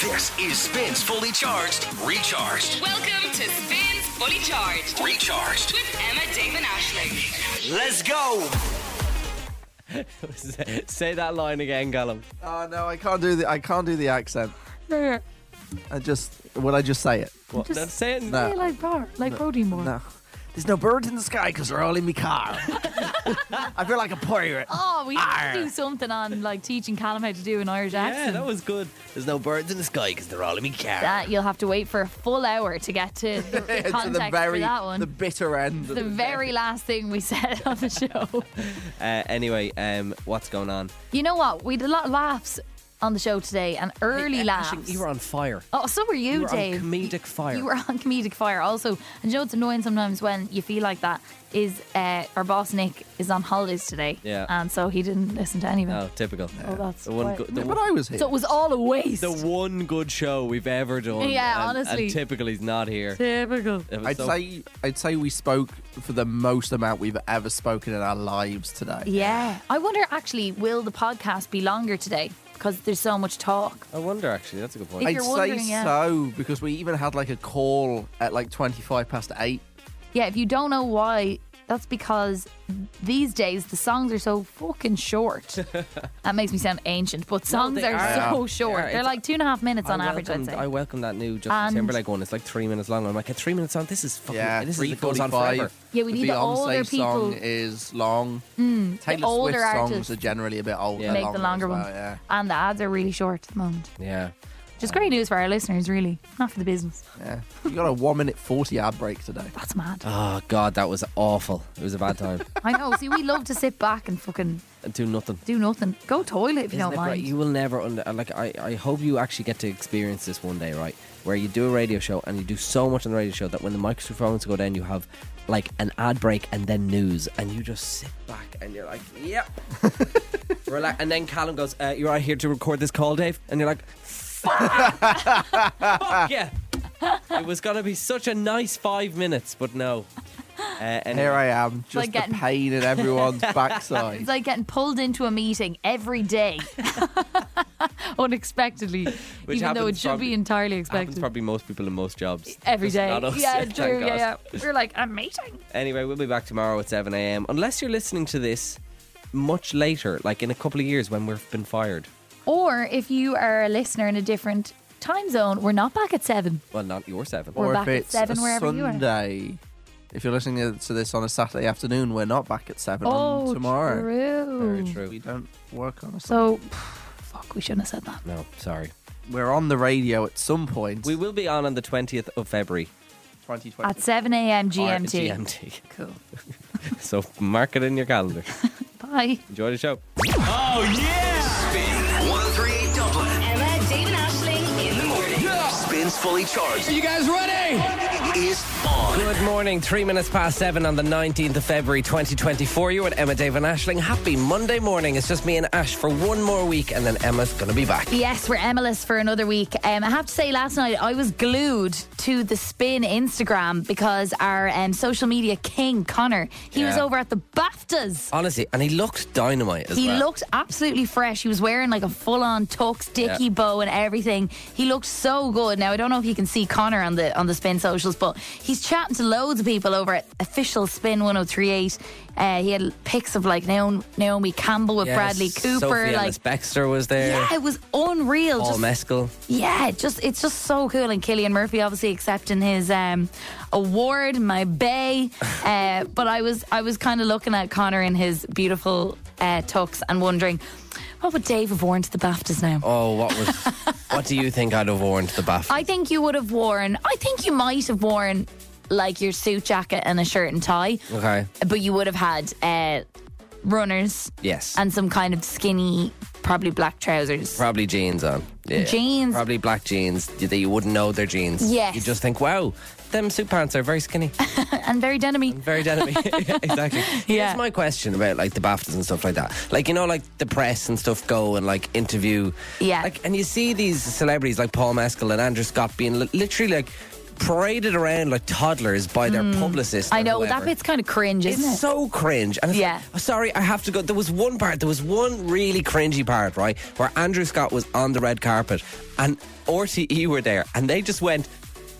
This is Spins Fully Charged, Recharged, Welcome to Spins Fully Charged Recharged. with Emma Damon Ashley. Let's go! Say- Say that line again, Callum. Oh no, I can't do the I can't do the accent. I just would I just say it? What? Just no, say it. No. Say it like bar, like Brody Moore. No. There's no birds in the sky because they're all in my car. I feel like a pirate. Oh, we Arr. have to do something on like teaching Callum how to do an Irish Yeah, accent. that was good. There's no birds in the sky because they're all in me car. That you'll have to wait for a full hour to get to the- the to context the very for that one. the bitter end. the very last thing we said on the show. Uh, anyway, um, what's going on? you know what? We had a lot of laughs on the show today and early Hey, laughs. Ashing, you were on fire. Ah. Oh, so were you, You were on Dave. comedic You- fire. You were on comedic fire also. And you know what's annoying sometimes when you feel like that is uh, our boss Nick is on holidays today. Yeah. And so he didn't listen to any of it. Oh, typical. Oh, that's the one. why- Go- the, Yeah, one- but I was here. So it was all a waste. the one good show we've ever done. Yeah, and- honestly. And typical he's not here. Typical. It was I'd so- say I'd say we spoke for the most amount we've ever spoken in our lives today. Yeah. I wonder actually, will the podcast be longer today? Because there's so much talk. I wonder actually. That's a good point. If I'd you're say wondering, yeah. so because we even had like a call at like twenty five past eight. Yeah, if you don't know why, that's because these days the songs are so fucking short. that makes me sound ancient, but songs they are, are. so Yeah. short. Yeah, They're it's- like two and a half minutes on I average, I'd welcomed- say. I welcome that new Justin And- Timberlake one. It's like three minutes long. I'm like, at three minutes on, this is fucking. Yeah, this is, three it goes on forty-five. forever. Yeah, we need the Beyonce older song people. Mm, is long. Taylor older Swift artists songs are generally a bit older. Yeah. Make longer the as longer well, ones. Yeah. And the ads are really short at the moment. Yeah. Just great news for our listeners, really. Not for the business. Yeah. You got a one minute forty ad break today. That's mad. Oh God, that was awful. It was a bad time. I know. See, we love to sit back and fucking Do nothing. do nothing. Go toilet if you Isn't don't it great? mind. You will never under uh, like I, I hope you actually get to experience this one day, right? Where you do a radio show and you do so much on the radio show that when the microphones go down you have like an ad break and then news and you just sit back and you're like, Yep. Relax and then Callum goes, uh, you're out here to record this call, Dave and you're like Fuck yeah. It was gonna be such a nice five minutes, but no. Uh, And anyway. here I am, just like getting- the pain in everyone's backside. It's like getting pulled into a meeting every day. Unexpectedly. Which even though it happens should probably- be entirely Happens expected. probably most people in most jobs. every Just day. not us, yeah, thank true. God. Yeah, yeah. We're like, a meeting. Anyway, we'll be back tomorrow at 7 a.m. Unless you're listening to this much later, like in a couple of years when we've been fired. Or if you are a listener in a different time zone, we're not back at seven. Well, not your 7. Or- we're or back if at it's seven a wherever you are. Sunday. If you're listening to this on a Saturday afternoon, we're not back at seven oh, on tomorrow. true. Very We true. don't work on a So, Sunday. fuck, we shouldn't have said that. No, sorry. We're on the radio at some point. We will be on on the 20th of February. 2020. At 7 a.m. Or GMT. GMT. Cool. So mark it in your calendar. Bye. Enjoy the show. Spin 1038 Dublin. Emma Damon Ashley in the morning. Spins Fully Charged. Are you guys ready? Is on. Good morning. Three minutes past seven on the 19th of February 2024. You're with Emma, Dave, and Ashling. Happy Monday morning. It's just me and Ash for one more week, and then Emma's going to be back. Yes, we're Emmyless for another week. Um, I have to say, last night I was glued to the Spin Instagram because our um, social media king, Connor, he was Yeah. over at the BAFTAs. Honestly, and he looked dynamite as He well. looked absolutely fresh. He was wearing like a full on tux, dicky Yeah. bow, and everything. He looked so good. Now I don't know if you can see Connor on the on the Spin socials, but he's chatting to loads of people over at official Spin 1038. Uh, he had pics of like Naomi, Naomi Campbell with Yes, Bradley Cooper. Sophie like, Ellis Bextor was there. yeah, it was unreal. Paul Just Mescal. Yeah, it just it's just so cool. And Killian Murphy obviously accepting his um, award, my bay. Uh, but I was I was kind of looking at Connor in his beautiful uh, tux and wondering, what would Dave have worn to the Baftas now? Oh, what was? what do you think I'd have worn to the bath? I think you would have worn. I think you might have worn like your suit jacket and a shirt and tie, okay. but you would have had uh, runners Yes. and some kind of skinny, probably black trousers. probably jeans on. Yeah. Jeans. Probably black jeans that you wouldn't know they're jeans. Yes. You just think, wow, them suit pants are very skinny, and very denim very denim. exactly. Yeah. Here's my question about like the Baftas and stuff like that. Like you know, like the press and stuff go and like interview. Yeah. Like, and you see these celebrities like Paul Mescal and Andrew Scott being li- literally like. paraded around like toddlers by their publicist. Hmm. I or know that whoever. bit's kind of cringe, isn't It's it? so cringe. And it's Yeah. like, "Oh, sorry, I have to go. There was one part, there was one really cringy part, right? Where Andrew Scott was on the red carpet and RTE were there and they just went,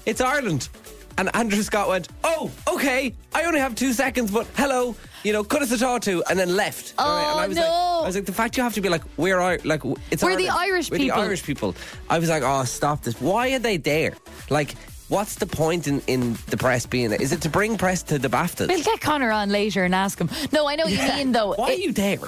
It's Ireland. And Andrew Scott went, Oh, okay. I only have two seconds, but hello. You know, cut us a talk to and then left. Oh, and I was no. like, I was like, the fact you have to be like, we're Ir- like, w- it's We're the Ireland. Irish We're people." the Irish people. I was like, oh, stop this. Why are they there? Like, what's the point in, in the press being there? Is it to bring press to the BAFTAs? We'll get Connor on later and ask him. No, I know what you mean though. Why are It- you there?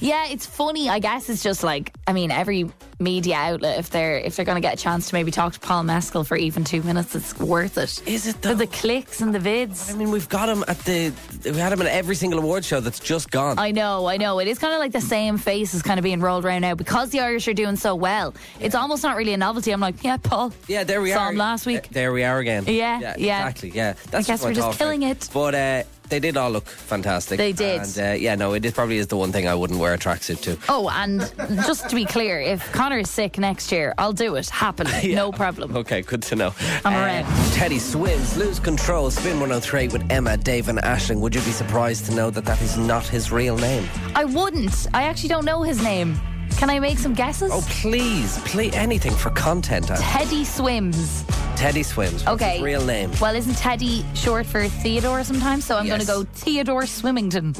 yeah, it's funny. I guess it's just like I mean, every media outlet, if they're if they're going to get a chance to maybe talk to Paul Mescal for even two minutes, it's worth it. Is it for though? the clicks and the vids? I mean, we've got him at the. We had him at every single award show that's just gone. I know, I know. It is kind of like the same face is kind of being rolled around now because the Irish are doing so well. It's almost not really a novelty. I'm like, yeah, Paul. yeah, there we saw are. him last week. Uh, there we are again. Yeah, yeah. exactly. Yeah, that's guess my we're just thought, killing right? it. But uh, they did all look fantastic. They did. And uh, yeah, no, it is probably is the one thing I wouldn't wear a tracksuit to. Oh, and just to be clear, if Connor is sick next year, I'll do it happily. No problem. Okay, good to know. Uh, I'm around. Teddy swims, lose control, spin 103 with Emma, Dave, and Ashling. Would you be surprised to know that that is not his real name? I wouldn't. I actually don't know his name. Can I make some guesses? Oh, please, play anything for content. I- Teddy Swims. Teddy swims. What's Okay. His real name. Well, isn't Teddy short for Theodore sometimes? So I'm Yes. going to go Theodore Swimmington.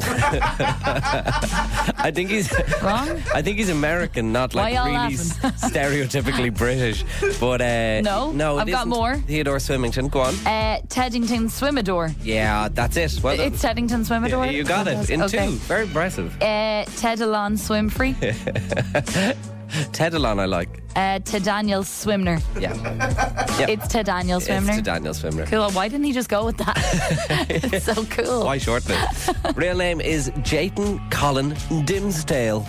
I think he's. Wrong? I think he's American, not like Why y'all really s- stereotypically British. But uh, No, no, it I've got isn't more. Theodore Swimmington, go on. Uh, Teddington Swimmidore. Yeah, that's it. Well done. It's Teddington Swimmidore. you got it in Okay. two. Very impressive. Uh, Tedalon Swimfree. Tedalon, I like. Uh, to Daniel Swimner. Yeah, It's to Daniel it's Swimner. to Daniel Swimmer. cool. Why didn't he just go with that? it's so cool. Why shortly? real name is Jayton Colin Dimsdale.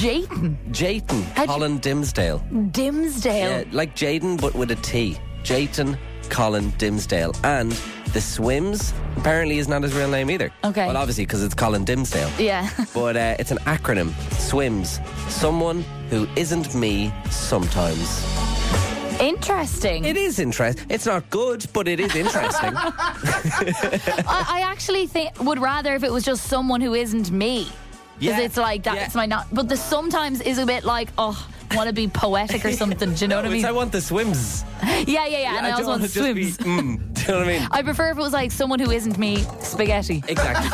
Jayton Jayton How'd you- Colin Dimsdale. Yeah, Dimsdale. like Jaden, but with a T. Jayton Colin Dimsdale. And the swims apparently is not his real name either. Okay. Well, obviously, because it's Colin Dimsdale. Yeah. But uh, it's an acronym. Swims. Someone who isn't me sometimes. Interesting. It is interesting. It's not good, but it is interesting. I, I actually think would rather if it was just someone who isn't me. Because Yeah. it's like that's Yeah. my not. But the sometimes is a bit like oh. Want to be poetic or something? Do you know what I mean? I want the swims. yeah, yeah, yeah. And I, don't also want wanna just be, swims. mm. Do you know what I mean? I prefer if it was like someone who isn't me, spaghetti, Exactly.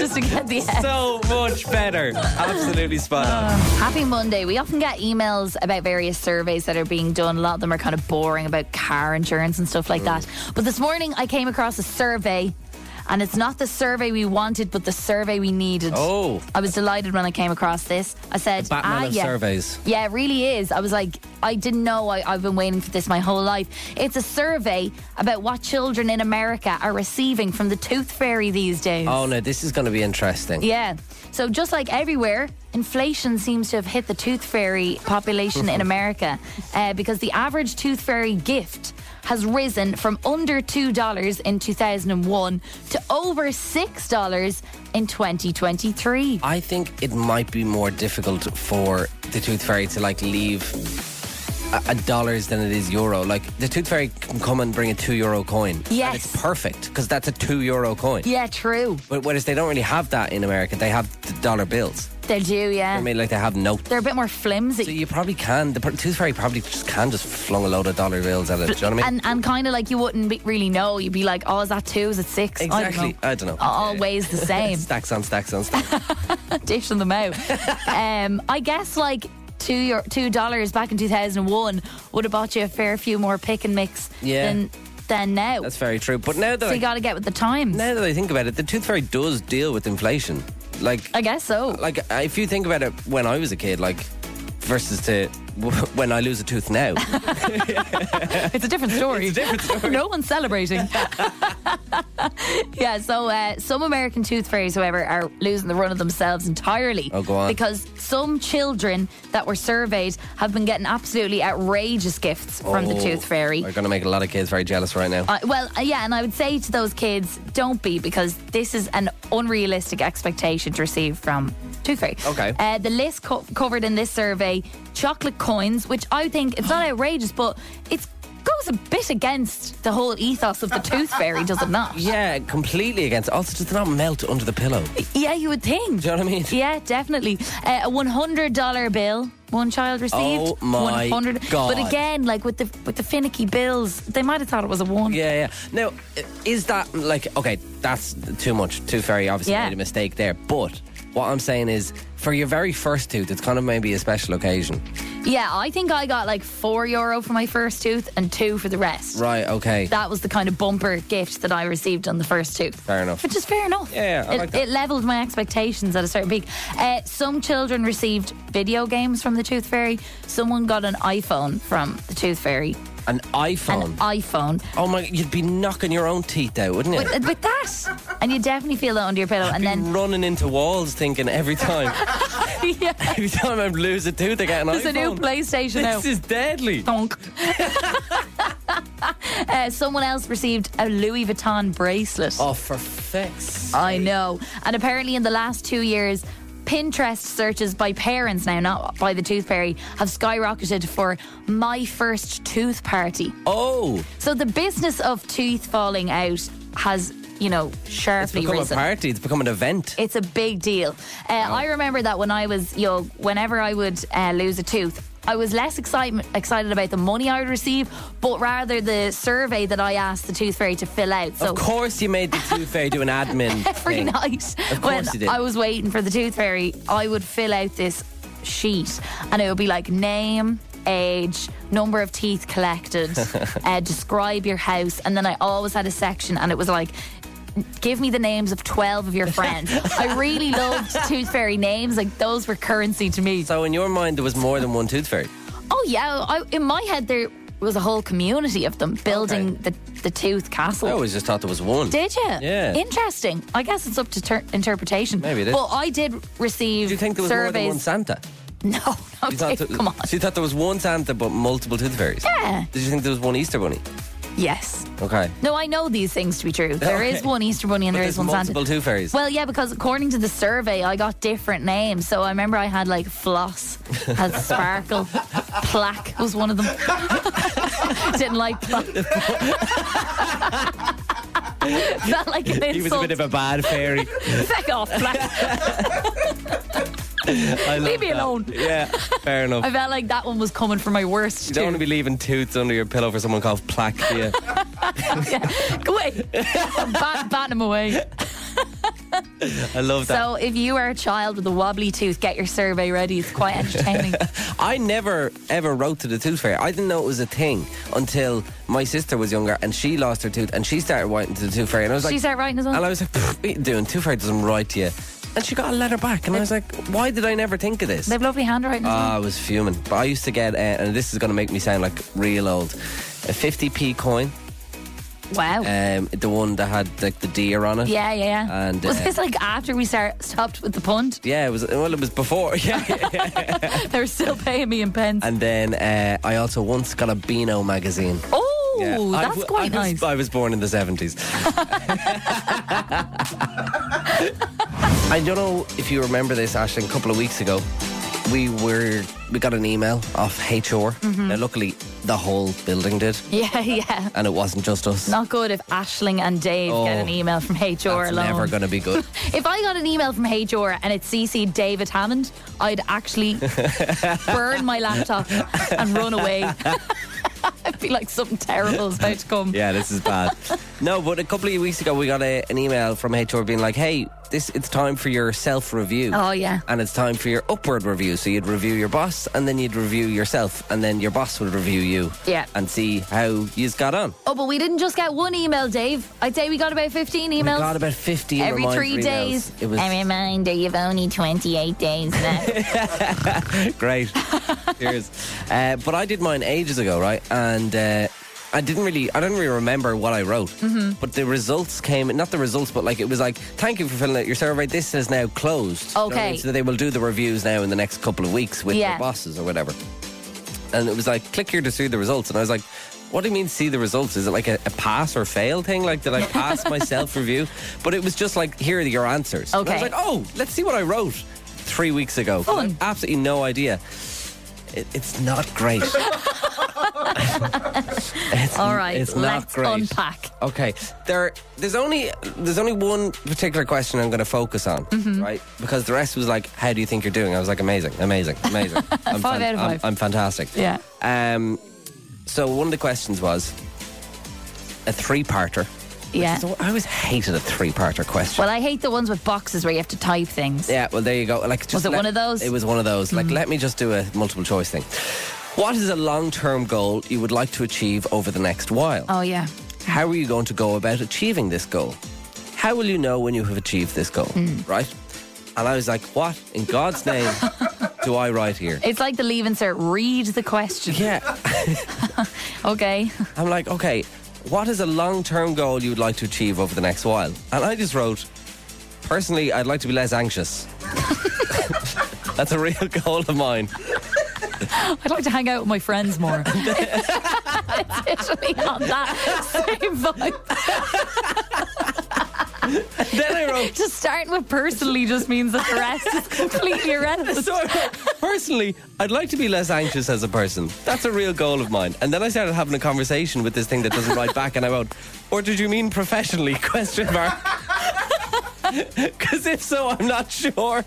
just to get the F. so much better. Absolutely spot on. Happy Monday. We often get emails about various surveys that are being done. A lot of them are kind of boring about car insurance and stuff like that. Mm. But this morning I came across a survey, and it's not the survey we wanted, but the survey we needed. Oh. I was delighted when I came across this. I said, Batman ah, of yeah. surveys. Yeah, it really is. I was like, I didn't know I, I've been waiting for this my whole life. It's a survey about what children in America are receiving from the tooth fairy these days. Oh no, this is going to be interesting. Yeah. So just like everywhere, inflation seems to have hit the tooth fairy population in America uh, because the average tooth fairy gift has risen from under $2 in 2001 to over $6 in 2023. I think it might be more difficult for the Tooth Fairy to like leave a, a dollars than it is euro. Like the Tooth Fairy can come and bring a two euro coin. Yes. and it's perfect because that's a two euro coin. Yeah, true. But whereas they don't really have that in America, they have the dollar bills. They do, yeah. I mean, like they have notes. They're a bit more flimsy. So you probably can. The pr- Tooth Fairy probably just can just flung a load of dollar bills at it. Do you know what I mean? and and kind of like you wouldn't be, really know. You'd be like, oh, is that two? Is it six? exactly. Uh, I don't know. I don't know. Always the same. Stacks on stacks on stacks. dishing them out. um, I guess like two your two dollars back in two thousand and one would have bought you a fair few more pick and mix Yeah. than than now. That's very true. But now that so I, you got to get with the times. now that I think about it, the Tooth Fairy does deal with inflation. Like I guess so. like uh, if you think about it when i was a kid like versus to w- when i lose a tooth now It's a different story. no one's celebrating. yeah, so uh, some American tooth fairies, however, are losing the run of themselves entirely. Oh, go on. Because some children that were surveyed have been getting absolutely outrageous gifts from the Oh, tooth fairy. we're gonna make a lot of kids very jealous right now Uh, well, uh, yeah, and I would say to those kids, don't be, because this is an unrealistic expectation to receive from Tooth Fairy. Okay. Uh, the list co- covered in this survey chocolate coins, which I think it's not outrageous, but it goes a bit against the whole ethos of the Tooth Fairy, does it not? Yeah, completely against. Also, does it not melt under the pillow? Yeah, you would think. Do you know what I mean? Yeah, definitely. Uh, a one hundred dollar bill. One child received. Oh, my 100. God. But again, like with the with the finicky bills, they might have thought it was a one. Yeah, yeah. Now, i- is that like okay? That's too much. Too fairy obviously Yeah. made a mistake there. But what I'm saying is, for your very first tooth, it's kind of maybe a special occasion, Yeah, I think I got like four euro for my first tooth and two for the rest. right? Okay. That was the kind of bumper gift that I received on the first tooth. Fair enough. Which is fair enough. Yeah, yeah, I it, like that. it leveled my expectations at a certain peak. Uh, some children received video games from the Tooth Fairy. Someone got an iPhone from the Tooth Fairy. An iPhone. An iPhone. oh my! You'd be knocking your own teeth out, wouldn't you? with, with that, and you definitely feel that under your pillow, uh, and Be then running into walls, thinking every time, yeah, every time I lose a tooth, I get an there's a iPhone. new PlayStation now. This is deadly. Donk. uh, someone else received a Louis Vuitton bracelet. Oh, for fix. I know, and apparently in the last two years. Pinterest searches by parents now, not by the tooth fairy, have skyrocketed for my first tooth party. Oh, So the business of tooth falling out has, you know, it's sharply become a Oh. risen. party. It's become an event. It's a big deal. Uh, I remember that when I was young, whenever I would uh, lose a tooth, I was less excitement, excited about the money I would receive, but rather the survey that I asked the tooth fairy to fill out. So of course, you made the tooth fairy do an admin every thing. night Of course when you did. I was waiting for the tooth fairy, I would fill out this sheet and it would be like name, age, number of teeth collected, uh, describe your house, and then I always had a section and it was like. Give me the names of 12 of your friends. I really loved Tooth Fairy names. Like, those were currency to me. So in your mind, there was more than one tooth fairy. Oh yeah, I, in my head there was a whole community of them building the, the tooth castle. I always just thought there was one. Did you? Yeah. Interesting. I guess it's up to ter- interpretation. Maybe it is. Well, I did receive Did you think there was more than one surveys. Santa? no, no, You thought Dave, there- come on. So you thought there was one Santa, but multiple tooth fairies. Yeah. Did you think there was one Easter bunny? Yes. Okay. No, I know these things to be true. There is Oh, Okay. one Easter Bunny and But there there's is one multiple Santa. tooth fairies. Well, yeah, because according to the survey, I got different names. So I remember I had like Floss, had Sparkle, Plaque was one of them. Didn't like Plaque. Felt like an insult. a bad fairy. Feck off, Plaque. I Leave me alone. Yeah, fair enough. I felt like that one was coming for my worst. you don't too. want to be leaving tooths under your pillow for someone called plaque. do you? Go away. bat, bat him away. I love that. So if you are a child with a wobbly tooth, get your survey ready. It's quite entertaining. I never ever wrote to the tooth fairy. I didn't know it was a thing until my sister was younger and she lost her tooth and she started writing to the tooth fairy and I was like, She started writing as well? And I was like, "Pfft, what are you doing? Tooth fairy doesn't write to you. And she got a letter back and I was like, why did I never think of this? they have lovely handwriting. as well. Ah, I was fuming. But I used to get, uh, and this is going to make me sound like real old, a 50p coin, wow. um, the one that had like the deer on it. yeah, yeah, yeah. and, was uh, this like after we start, stopped with the punt? Yeah, it was. Well, it was before. Yeah. They were still paying me in pence. and then uh, I also once got a Beano magazine. oh, Yeah. I that's w- quite I was- nice. I was born in the 70s. I don't know if you remember this, Ashley, a couple of weeks ago. We were we got an email off HR. Mm-hmm. Now, luckily, the whole building did, yeah, yeah. and it wasn't just us. Not good if Ashling and Dave Oh, get an email from HR That's alone. never going to be good. If I got an email from HR and it CC'd David Hammond, I'd actually burn my laptop and run away. I'd be like something terrible is about to come. yeah, this is bad. no, but a couple of weeks ago, we got a, an email from HR being like, "Hey, this it's time for your self review." Oh, yeah. and it's time for your upward review. So you'd review your boss, and then you'd review yourself, and then your boss would review you. Yeah. and see how you've got on. Oh, but we didn't just get one email, Dave. I'd say we got about 15 We emails. got about fifty Every reminder three emails. days. It was A reminder, you've only 28 days left. great. Cheers. Uh, but I did mine ages ago, right? And uh, I didn't really, I don't really remember what I wrote. Mm-hmm. But the results came, not the results, but like it was like, thank you for filling out your survey. This is now closed. You know what I Okay. mean? So they will do the reviews now in the next couple of weeks with Yeah. their bosses or whatever. And it was like, click here to see the results. And I was like, what do you mean see the results? Is it like a, a pass or fail thing? Like, did I pass my self review? But it was just like, here are your answers. And I Okay. was like, oh, let's see what I wrote. three weeks ago. Fun. I've Absolutely no idea. It, it's not great. It's- All right, it's not let's great. unpack. Okay, there. There's only there's only one particular question I'm going to focus on, Mm-hmm. right? Because the rest was like, "How do you think you're doing?" I was like, "Amazing, amazing, amazing." I'm Five out of I'm- five. I'm fantastic. Yeah. Um. So one of the questions was a three-parter. Yeah. So I always hated a three-parter question. Well, I hate the ones with boxes where you have to type things. yeah. Well, there you go. Like, just Was it one of those? Mm. It was one of those. Like, let me just do a multiple choice thing. What is a long-term goal you would like to achieve over the next while? Oh yeah. How are you going to go about achieving this goal? How will you know when you have achieved this goal? Mm. Right? And I was like, what in God's name do I write here? It's like the leave insert. Read the question. Yeah. Okay. I'm like, okay, what is a long term goal you would like to achieve over the next while? And I just wrote, personally, I'd like to be less anxious. That's a real goal of mine. I'd like to hang out with my friends more. it's literally on that same vibe. Then I wrote, Just starting with personally just means that the rest is completely irrelevant. So I wrote, personally, I'd like to be less anxious as a person. That's a real goal of mine. And then I started having a conversation with this thing that doesn't write back, and I wrote, "Or did you mean professionally?" Question mark. Because if so, I'm not sure.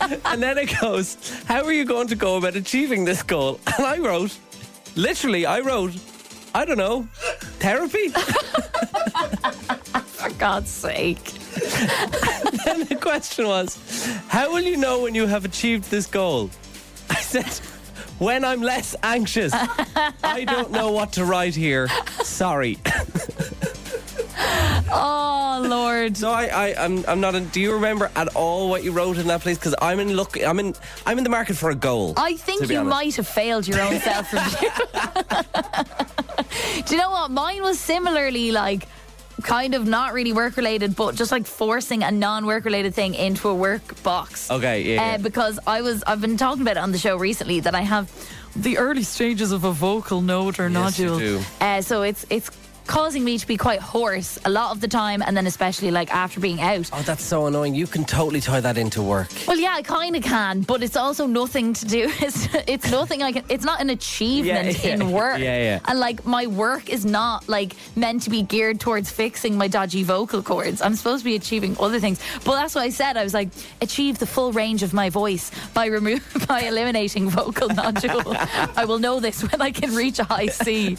and then it goes, "How are you going to go about achieving this goal?" And I wrote, literally, I wrote, "I don't know, therapy." For God's sake. And the question was, how will you know when you have achieved this goal? I said, when I'm less anxious. I don't know what to write here. Sorry. Oh, Lord. So I, I I'm, I'm not. In, do you remember at all what you wrote in that place? Because I'm in look. I'm in. I'm in the market for a goal. I to think be you honest. might have failed your own self review. Do you know what? Mine was similarly like kind of not really work related, but just like forcing a non work related thing into a work box. Okay, yeah, yeah. Uh, because I was, I've been talking about it on the show recently that I have the early stages of a vocal node or Yes, you nodule. do. Uh, so it's, it's, Causing me to be quite hoarse a lot of the time, and then especially like after being out. Oh, that's so annoying. You can totally tie that into work. Well, yeah, I kind of can, but it's also nothing to do. It's, it's nothing I can. It's not an achievement Yeah, yeah, in work. yeah, yeah. And like my work is not like meant to be geared towards fixing my dodgy vocal cords. I'm supposed to be achieving other things. But that's what I said. I was like, achieve the full range of my voice by remove by eliminating vocal nodule. I will know this when I can reach a high C.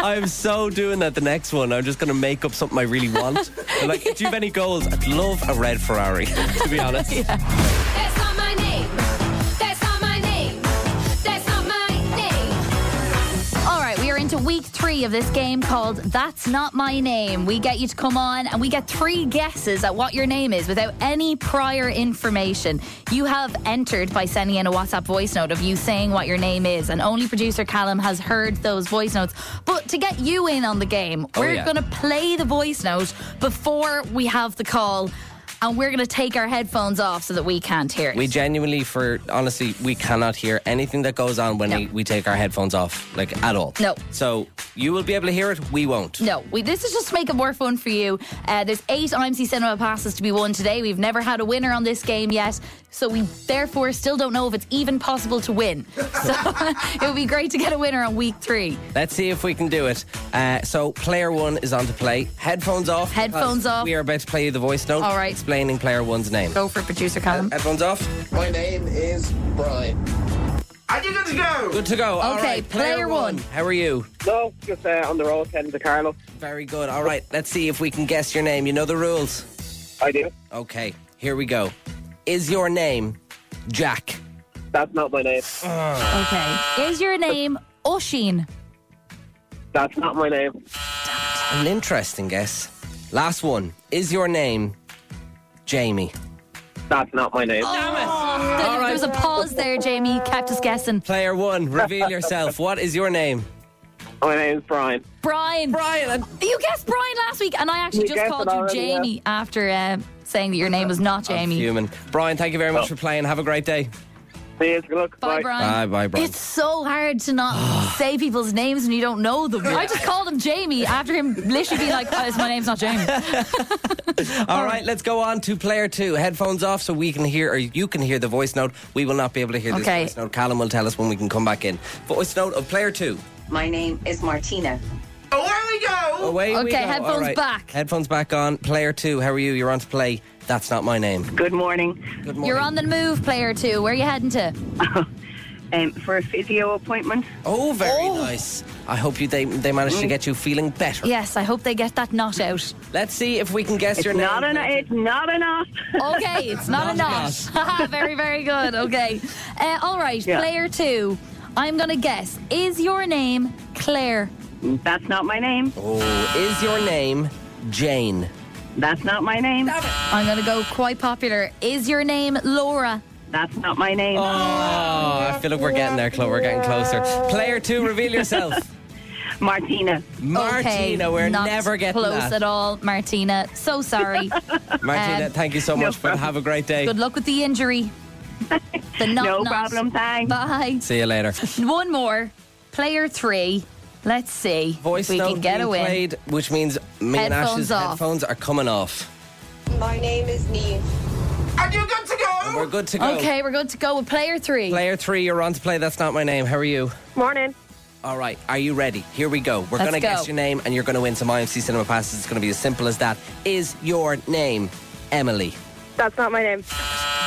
I'm so doing that. The next one, I'm just going to make up something I really want. I'm like, do you have any goals? I'd love a red Ferrari. To be honest. That's not my name. That's not my name. That's not my name. All right, we are into week three of this game called That's Not My Name. We get you to come on and we get three guesses at what your name is without any prior information. You have entered by sending in a WhatsApp voice note of you saying what your name is, and only producer Callum has heard those voice notes. But to get you in on the game, we're Oh, yeah. going to play the voice note before we have the call. And we're going to take our headphones off so that we can't hear it. We genuinely, for honestly, we cannot hear anything that goes on when No. we, we take our headphones off, like at all. No. So you will be able to hear it. We won't. No, we, this is just to make it more fun for you. Uh, there's eight IMC Cinema passes to be won today. We've never had a winner on this game yet, so we therefore still don't know if it's even possible to win. So it would be great to get a winner on week three. Let's see if we can do it. Uh, so player one is on to play. Headphones off. Headphones because off. We are about to play you the voice note. All right. Explaining player one's name. Go for it, producer Uh, Callum. Headphones off. My name is Brian. Are you good to go? Good to go. All Okay, right, player one. How are you? No, just uh, on the road heading to Carlo. Very good. All right. Let's see if we can guess your name. You know the rules. I do. Okay. Here we go. Is your name Jack? That's not my name. Okay. Is your name Oshin? That's not my name. An interesting guess. Last one. Is your name Jamie? That's not my name. Oh. There, there was a pause there, Jamie. Kept us guessing. Player one, reveal yourself. What is your name? My name is Brian. Brian. Brian. You guessed Brian last week, and I actually You just guessed called it you already, yeah. Jamie after um, saying that your name was not Jamie. Human. Brian, thank you very much for playing. Have a great day. See you. Good luck. Bye, Brian. Bye, bye, Brian. It's so hard to not say people's names when you don't know them. I just called him Jamie after him literally being like, oh, my name's not Jamie. All right, let's go on to player two. Headphones off so we can hear, or you can hear the voice note. We will not be able to hear this Okay. voice note. Callum will tell us when we can come back in. Voice note of player two. My name is Martina. Away we Oh, Okay, go. headphones All right. back. Headphones back on. Player two, how are you? You're on to play. That's not my name. Good morning. Good morning. You're on the move, player two. Where are you heading to? Um, for a physio appointment. Oh, very nice. I hope you they they managed to Mm. get you feeling better. Yes, I hope they get that knot out. Let's see if we can guess It's your name. not, an, it's not enough. Okay, it's not, a knot. very, very good. Okay. Uh, all right, Yeah. player two. I'm going to guess. Is your name Claire? That's not my name. oh, is your name Jane? That's not my name. I'm going to go quite popular. Is your name Laura? That's not my name. Oh, I feel like we're getting there, Chloe. We're getting closer. Player two, reveal yourself. Martina. Martina, okay, we're not never getting close that. at all, Martina. So sorry. Martina, Um, thank you so much, but have a great day. Good luck with the injury. The knot, no knot. problem. Thanks. Bye. See you later. One more. Player three. Let's see. Voice if we note can get being a win. played, which means me and Headphones Ash's off. headphones are coming off. My name is Neve. And we're good to go. Okay, we're good to go with player three. Player three, you're on to play. That's not my name. How are you? Morning. All right, are you ready? Here we go. We're Let's going to go. guess your name and you're going to win some IMC Cinema Passes. It's going to be as simple as that. Is your name Emily? That's not my name.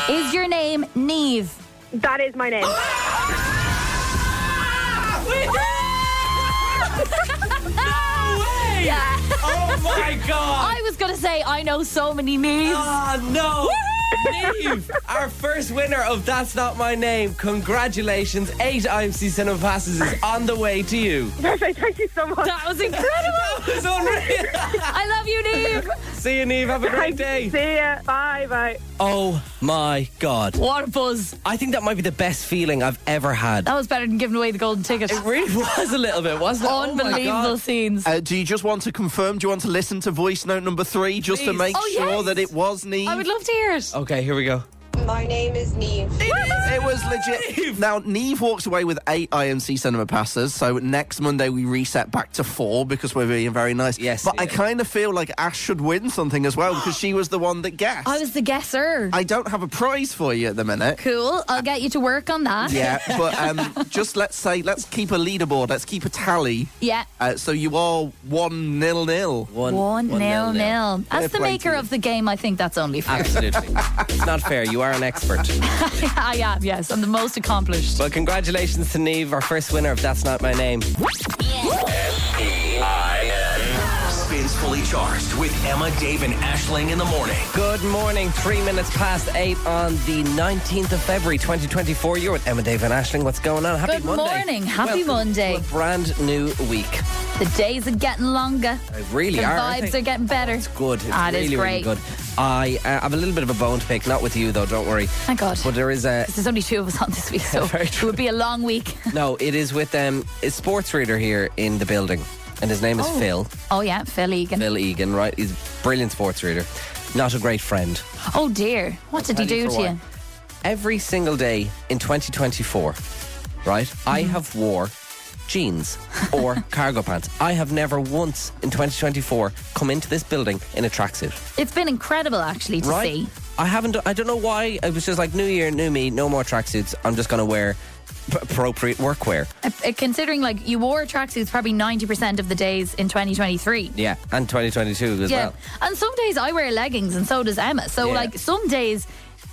Is your name Neve? That is my name. Yeah. Oh my God! Ah, I was gonna say I know so many Neves. no! Neve, our first winner of That's Not My Name. Congratulations. Eight IMC Cinema Passes is on the way to you. Perfect. Thank you so Oh. much. That was incredible. It's unreal. I love you, Neve. See you, Neve. Have a great day. See ya. Bye. Bye. Oh my God. What a buzz. I think that might be the best feeling I've ever had. That was better than giving away the golden ticket. It really was a little bit, wasn't it? Oh my Unbelievable God. scenes. Uh, do you just want to confirm? Do you want to listen to voice note number three just to Please. make Oh, sure yes. that it was Neve? I would love to hear it. Okay, here we go. My name is Neve. it was legit. Now, Neve walks away with eight IMC cinema passes, so next Monday we reset back to four because we're being very nice. Yes, But I yeah. kind of feel like Ash should win something as well because she was the one that guessed. I was the guesser. I don't have a prize for you at the minute. cool. I'll get you to work on that. Yeah, but um, just let's say, let's keep a leaderboard, let's keep a tally. Yeah. Uh, so you are one nil nil. One, One nil nil. Fair As the play maker to you. of the game, I think that's only fair. Absolutely. it's not fair. You are an expert. I am, yes. I'm the most accomplished. Well, congratulations to Neve, our first winner of That's Not My Name. Spins fully charged with Emma, Dave, and Ashling in the morning. Good morning. Three minutes past eight on the 19th of February, 2024. You're with Emma, Dave, and Ashling. What's going on? Happy Good Monday. morning. Happy Welcome Monday. to a brand new week. The days are getting longer. They really The are. aren't vibes they? Oh, are getting better. It's good. It's Ah, it is really, really great. good. I uh, have a little bit of a bone to pick. Not with you, though. Don't worry. Thank God. But there is a There's only two of us on this week, so Very it true. would be a long week. no. It is with um, a sports reader here in the building, and his name is Phil. Oh, yeah, Phil Egan. Phil Egan, right? He's a brilliant sports reader. Not a great friend. Oh, dear. What did he Tell you do for to why. you? Every single day in 2024, right? I Hmm. have wore jeans or cargo pants. I have never once in 2024 come into this building in a tracksuit. It's been incredible, actually, to right? see. I haven't. I don't know why. It was just like New Year, New Me. No more tracksuits. I'm just going to wear p- appropriate workwear. Uh, uh, considering, like, you wore tracksuits probably 90% of the days in 2023. Yeah, and 2022 as Yeah. well. And some days I wear leggings and so does Emma. So, Yeah. like, some days,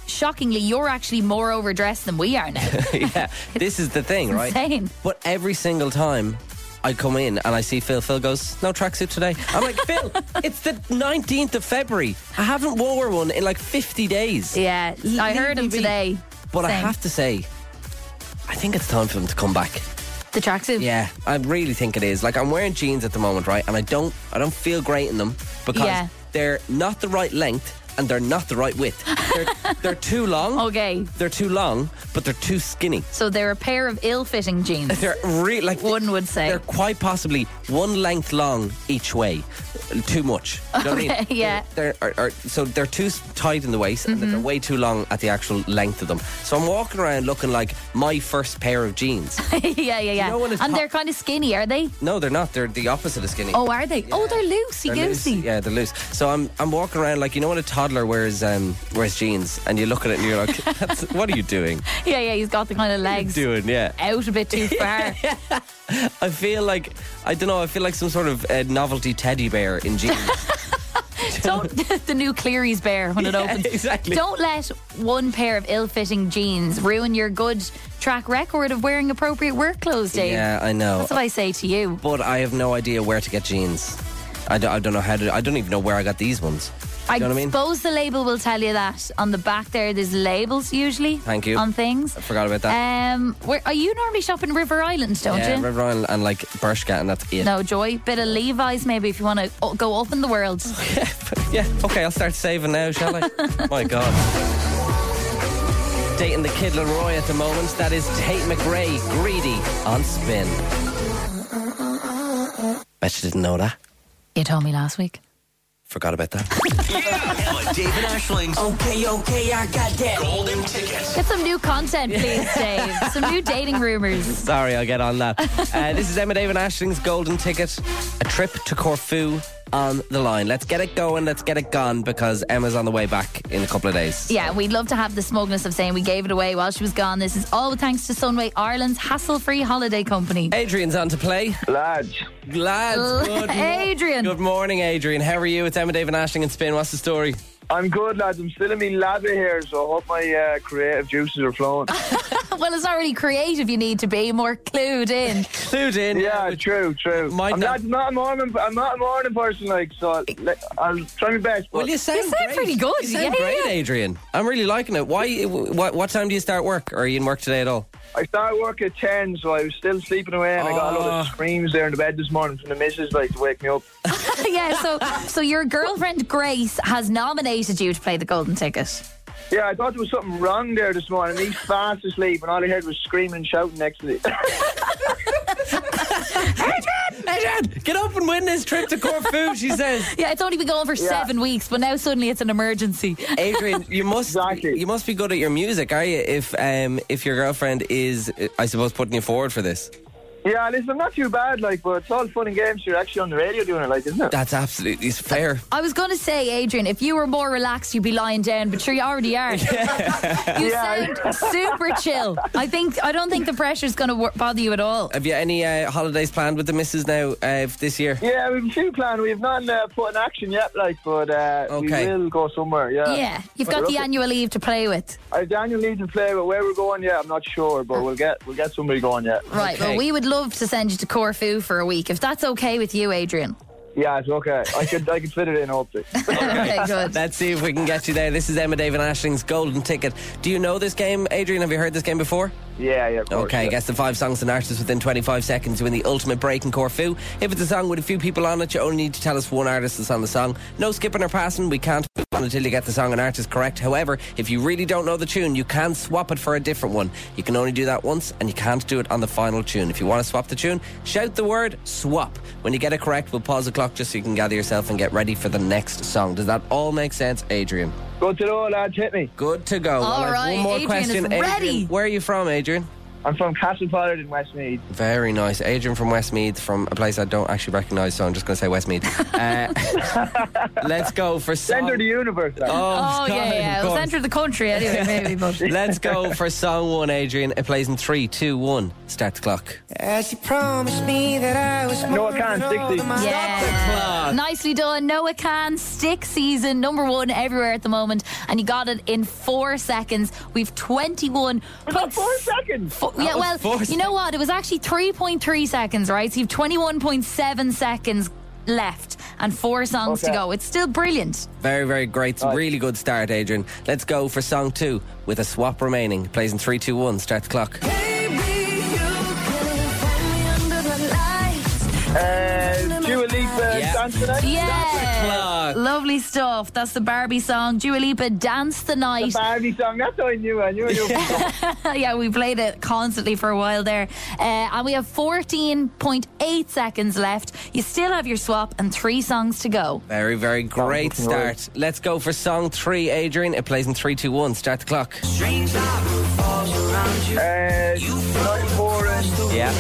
shockingly, you're actually more overdressed than we are now. yeah, this is the thing, right? insane. But every single time. I come in and I see Phil. Phil goes, "No tracksuit today." I'm like, "Phil, it's the 19th of February. I haven't wore one in like 50 days." yeah. I heard him Leave me be. today. But I Same. have to say, I think it's time for him to come back. The tracksuit. Yeah, I really think it is. Like I'm wearing jeans at the moment, right? And I don't I don't feel great in them because Yeah. they're not the right length and they're not the right width. They're, they're too long. Okay. They're too long, but they're too skinny. So they're a pair of ill-fitting jeans. They're re- like One would say. They're quite possibly one length long each way. Too much. You know what I mean? Okay, yeah. Mm-hmm. They're, they're- are- are- so they're too s- tight in the waist and then they're way too long at the actual length of them. So I'm walking around looking like my first pair of jeans. yeah, yeah, yeah. know when it's and hot- they're kind of skinny, are they? No, they're not. They're the opposite of skinny. Oh, are they? Oh, they're loosey They're loose. goosey. Yeah, they're loose. So I'm I'm walking around like you know when a toddler wears um wears jeans and you look at it and you're like, That's, what are you doing? yeah, yeah. He's got the kind of legs Doing yeah. out a bit too far. I feel like I don't know. I feel like some sort of uh, novelty teddy bear in jeans. Don't the new Cleary's bear when it Yeah, opens. exactly. Don't let one pair of ill-fitting jeans ruin your good track record of wearing appropriate work clothes, Dave. yeah, I know. That's what I say to you. But I have no idea where to get jeans. I don't, I don't know how to. I don't even know where I got these ones. Do I, you know what I mean? suppose the label will tell you that on the back there. There's labels usually. Thank you. On things. I forgot about that. Um, where are you normally shop in River Island? Don't yeah, you? River Island and like Bershka, and that's it. No joy. Bit of Levi's maybe if you want to go up in the world. Yeah, okay, I'll start saving now, shall I? My God. Dating the kid Leroy at the moment. That is Tate McRae, greedy on spin. Bet you didn't know that. You told me last week. Forgot about that. Emma, Dave, and Ashling's Okay, okay, I got that. Golden Ticket. Get some new content, please, Dave. Some new dating rumors. Sorry, I'll get on that. Uh, this is Emma David Ashling's golden ticket, a trip to Corfu on the line. Let's get it going, let's get it gone because Emma's on the way back in a couple of days. Yeah, we'd love to have the smugness of saying we gave it away while she was gone. This is all thanks to Sunway Ireland's hassle-free holiday company. Adrian's on to play. Lads, Lads, good mo- Adrian. Good morning, Adrian. How are you? It's Emma David Ashling and Spin. What's the story? I'm good, lads. I'm still in my lab here, so I hope my uh, creative juices are flowing. Well, it's not really creative. You need to be more clued in. Clued in. yeah, true, true. Might I'm not- not, not a morning. I'm not a morning person, like so. Like, I'll try my best. But Well, you sound, You sound great. pretty good, You sound yeah, great, yeah. Adrian. I'm really liking it. Why? What, what time do you start work? Or are you in work today at all? I started work at ten, so I was still sleeping away, and I got a lot of Oh. screams there in the bed this morning from the missus, like to wake me up. yeah, so so your girlfriend Grace has nominated you to play the golden ticket. Yeah, I thought there was something wrong there this morning. He's fast asleep, and all I heard was screaming, and shouting next to me. Adrian, get up and win this trip to Corfu, she says. Yeah, it's only been going for seven weeks, but now suddenly it's an emergency. Adrian, you must Exactly. you must be good at your music, are you? If um if your girlfriend is, uh, I suppose, putting you forward for this, yeah, listen, not too bad, like, but it's all fun and games. You're actually on the radio doing it, like, isn't it? that's absolutely fair. I was going to say, Adrian, if you were more relaxed, you'd be lying down, but sure, you already are. you Yeah. sound super chill. I think I don't think the pressure's going to wor- bother you at all. Have you any uh, holidays planned with the missus now uh, f- this year? Yeah, we've a few planned. We've not uh, put in action yet, like, but uh, Okay. we will go somewhere. Yeah, Yeah, you've got the annual leave to play with. I Daniel needs to play, but where we're going, yeah, I'm not sure. But we'll get we'll get somebody going yet. Right, Okay. well, we would love to send you to Corfu for a week, if that's okay with you, Adrian. Yeah, it's okay. I could I could fit it in, hopefully. okay, good. Let's see if we can get you there. This is Emma David Ashling's golden ticket. Do you know this game, Adrian? Have you heard this game before? yeah, yeah. Of course, Okay, yeah. guess the five songs and artists within 25 seconds to win the ultimate break in Corfu. If it's a song with a few people on it, you only need to tell us one artist that's on the song. No skipping or passing. We can't move on until you get the song and artist correct. However, if you really don't know the tune, you can swap it for a different one. You can only do that once, and you can't do it on the final tune. If you want to swap the tune, shout the word swap. When you get it correct, we'll pause the clock just so you can gather yourself and get ready for the next song. Does that all make sense, Adrian? Go to the road, lads. Hit me. Good to go. All Well, I've right, one more Adrian is question. ready. where are you from, Adrian? I'm from Castle Pollard in Westmead. Very nice. Adrian from Westmead, from a place I don't actually recognise, so I'm just going to say Westmead. Uh, let's go for song. Enter the universe. lads. Oh, yeah, yeah. We'll send her to the country anyway, maybe, but. Let's go for song one, Adrian. It plays in three, two, one. Start the clock. As you promised me that I was No, I can't, more than all 60. of my- Yeah. clock. Nicely done. Noah Can, stick season, number one everywhere at the moment. And you got it in four seconds. We've 21. About four seconds. Fo- yeah, was well, four you know what? It was actually 3.3 seconds, right? So you've 21.7 seconds left and four songs to Okay. go. It's still brilliant. Very, very great. Really good start, Adrian. Let's go for song two with a swap remaining. It plays in three, two, one. Start the clock. Uh, Dua Lipa, Yeah. dance to that? Yeah. Lovely stuff. That's the Barbie song. Dua Lipa, Dance the Night. The Barbie song. That's how I knew. I knew. I knew. yeah, we played it constantly for a while there. Uh, and we have 14.8 seconds left. You still have your swap and three songs to go. Very, very great start. Let's go for song three, Adrian. It plays in three, two, one. Start the clock. Uh, Night Forest. Yeah.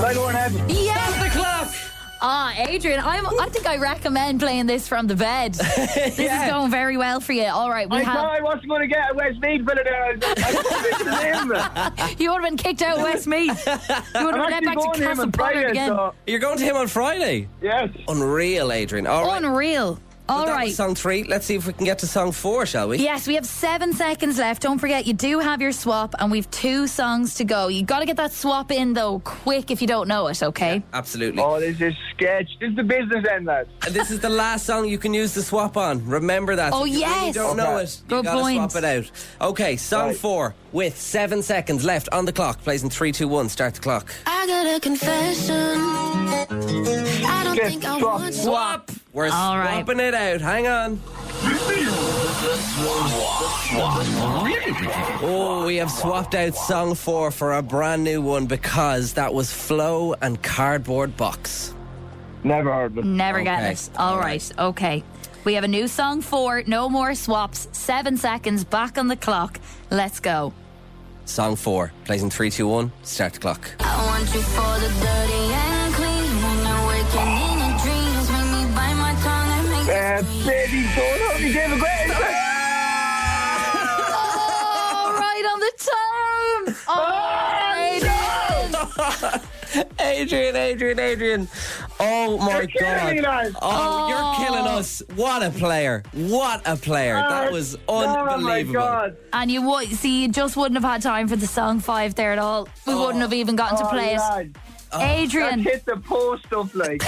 Night Warren Heaven. Yeah. The clock. Ah, Adrian, I'm, I think I recommend playing this from the bed. This is going very well for you. All right, we I have. thought I wasn't going to get a Westmead fella there. I, I couldn't him. You would have been kicked out of Westmeath. You would I'm have been led actually back going to to him Castle on Bonnet Friday, again. so You're going to him on Friday. yes. Unreal, Adrian. All Oh, right. Unreal. All That was right. song three. Let's see if we can get to song four, shall we? Yes, we have seven seconds left. Don't forget, you do have your swap, and we've two songs to go. You got to get that swap in though, quick, if you don't know it. Okay. Absolutely. Oh, this is sketch. This is the business end, lads. And This is the last song you can use the swap on. Remember that. Oh, If you really yes. don't know it. Good you gotta point. Swap it out. Okay, song Right. four with seven seconds left on the clock. Plays in three, two, one. Start the clock. Uh, I got a confession. I don't Sketch, think I drop. want you. Swap. We're All right. swapping it out. Hang on. Oh, we have swapped out song four for a brand new one because that was Flow and Cardboard Box. Never heard of it. Never get Okay. it. All right. Okay. We have a new song for no more swaps. Seven seconds back on the clock. Let's go. Song four plays in three, two, one. Start the clock. I want you for the dirty and clean. When you're waking in your dreams, make me bite my tongue and make Uh, baby, don't help me give a great. All right on the time. Oh, All right. Adrian, Adrian, Adrian. Oh my You're killing god. me, lads. oh, you're killing us. What a player. What a player. that was unbelievable. Ah, Oh my god. And you would see, you just wouldn't have had time for the song five there at all. We wouldn't have even gotten to Oh, play it. lad. Adrian. That's hit the post up like.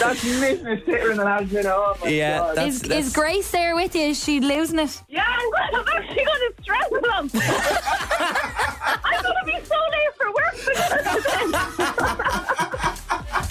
That's missing a sitter and an admin. Oh my Yeah, god. that's- Is, is Grace there with you? Is she losing it? Yeah, I'm, glad I'm actually going to stress them. I'm going to be so late for work because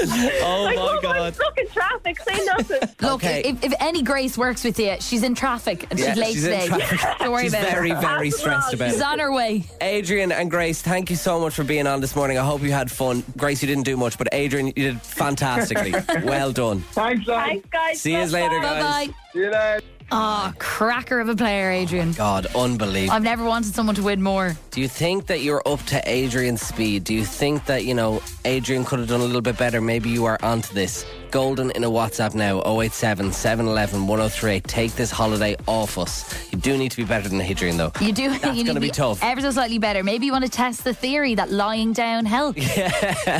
Oh I my hope I'm god. stuck in traffic. Say nothing. Look, Okay. if, if any Grace works with you, she's in traffic and Yeah, she's late she's in today. traffic. Don't worry She's about very, it. very stressed about She's it. on her way. Adrian and Grace, thank you so much for being on this morning. I hope you had fun. Grace, you didn't do much, but Adrian, you did fantastically. well done. Thanks, lads. Thanks, guys. See you later, Bye guys. bye. See you later. Oh, cracker of a player, Adrian. Oh, God, unbelievable. I've never wanted someone to win more. Do you think that you're up to Adrian's speed? Do you think that, you know, Adrian could have done a little bit better? Maybe you are onto this. Golden in a WhatsApp now 087 711 1038. Take this holiday off us. You do need to be better than Adrian, though. You do. That's you need gonna be tough. Ever so slightly better. Maybe you want to test the theory that lying down helps.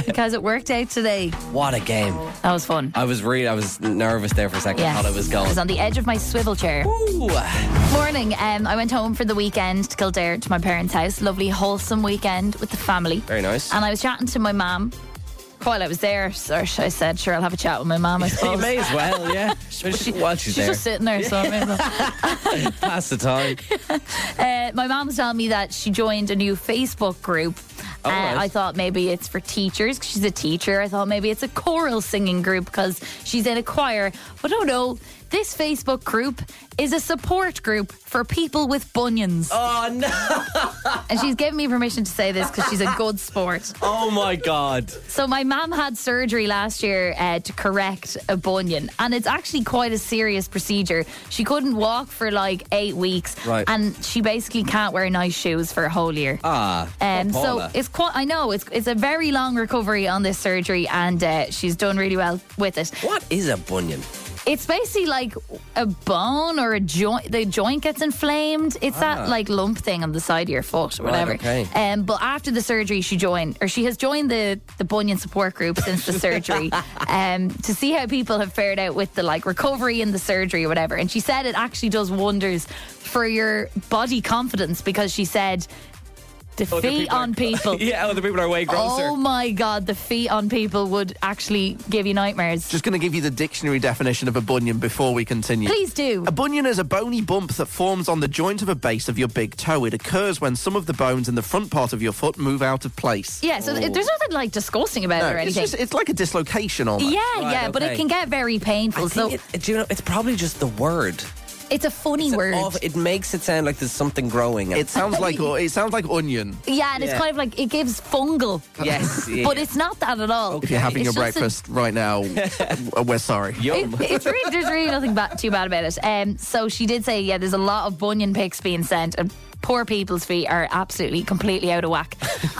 because it worked out today. What a game. That was fun. I was really, I was nervous there for a second. Yes. I thought it was I going. was on the edge of my swivel chair. Ooh. Morning. Um, I went home for the weekend to Kildare to my parents' house. Lovely, wholesome weekend with the family. Very nice. And I was chatting to my mum while I was there. So I said, sure, I'll have a chat with my mum, I You suppose. may as well, yeah. But she, while She's she's, there, just sitting there, so I may as well. pass the time. Uh, my mom's telling me that she joined a new Facebook group. Oh, Uh, right. I thought maybe it's for teachers 'cause she's a teacher. I thought maybe it's a choral singing group because she's in a choir. But oh no, this Facebook group is a support group for people with bunions. Oh, no. And she's given me permission to say this because she's a good sport. Oh, my God. So my mum had surgery last year uh, to correct a bunion, and it's actually quite a serious procedure. She couldn't walk for like eight weeks, Right. and she basically can't wear nice shoes for a whole year. Ah. Um, poor so Paula. it's quite. I know it's it's a very long recovery on this surgery, and uh, she's done really well with it. What is a bunion? It's basically like a bone or a joint. The joint gets inflamed. It's that like lump thing on the side of your foot or Ah. Right, whatever. okay. Um, but after the surgery, she joined or she has joined the the bunion support group since the surgery um, to see how people have fared out with the like recovery and the surgery or whatever. And she said it actually does wonders for your body confidence because she said The Other feet people are- on people. yeah, other people are way grosser. Oh my god, the feet on people would actually give you nightmares. Just going to give you the dictionary definition of a bunion before we continue. Please do. A bunion is a bony bump that forms on the joint of a base of your big toe. It occurs when some of the bones in the front part of your foot move out of place. Yeah, so th- there's nothing like disgusting about No, it or it's, anything. just, it's like a dislocation almost. yeah, yeah, but it can get very painful. So Do you know? It's probably just the word. it's a funny word. Awful- It makes it sound like there's something growing. It sounds like it sounds like onion. yeah, and Yeah. it's kind of like it gives fungal. Yes, yeah. but it's not that at all. If you're having It's your just a- breakfast right now, w- we're sorry. It- it's really, there's really nothing bad, too bad about it. Um, so she did say, yeah, there's a lot of bunion pics being sent, and poor people's feet are absolutely completely out of whack.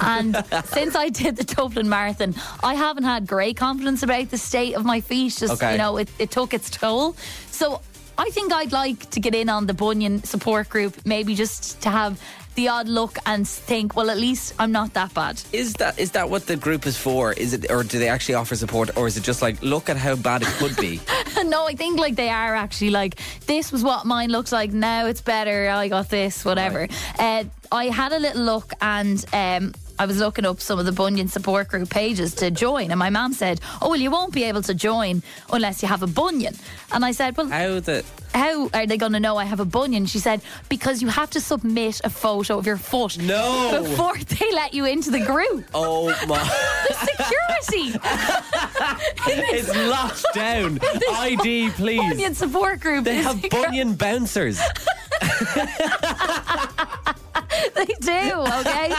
And since I did the Dublin Marathon, I haven't had great confidence about the state of my feet. Just Okay. you know, it, it took its toll. So I think I'd like to get in on the bunion support group, maybe just to have the odd look and think, well, at least I'm not that bad. Is that is that what the group is for? Is it or do they actually offer support or is it just like look at how bad it could be? no, I think like they are actually like this was what mine looks like. Now it's better. I got this, whatever. Uh, I had a little look and. Um, I was looking up some of the Bunyan support group pages to join, and my mum said, "Oh well, you won't be able to join unless you have a bunion." And I said, "Well, how the how are they going to know I have a bunion? She said, because you have to submit a photo of your foot No. before they let you into the group. Oh my! The security. it's locked down. ID, please. Bunyan support group. They is have bunion bouncers. They do, okay?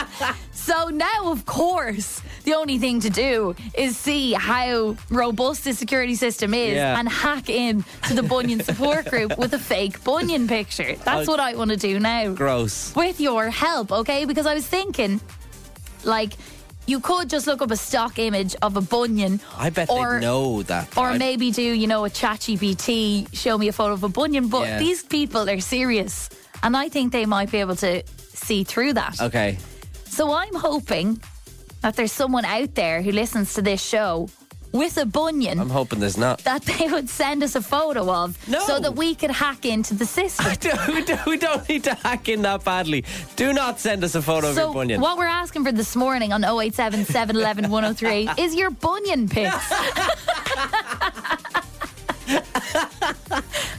so now, of course, the only thing to do is see how robust the security system is Yeah. and hack in to the Bunyan support group with a fake Bunyan picture. That's Oh. what I want to do now. Gross. With your help, okay? Because I was thinking, like, you could just look up a stock image of a Bunyan. I bet or- they know that. Or I- maybe do, you know, a chat GPT, show me a photo of a bunion. But Yeah. these people are serious. And I think they might be able to see through that. Okay. So I'm hoping that there's someone out there who listens to this show with a bunion I'm hoping there's not. that they would send us a photo of No. so that we could hack into the system. we, don't, we don't need to hack in that badly. Do not send us a photo of So your bunion. what we're asking for this morning on 087 711 1038 is your bunion pics.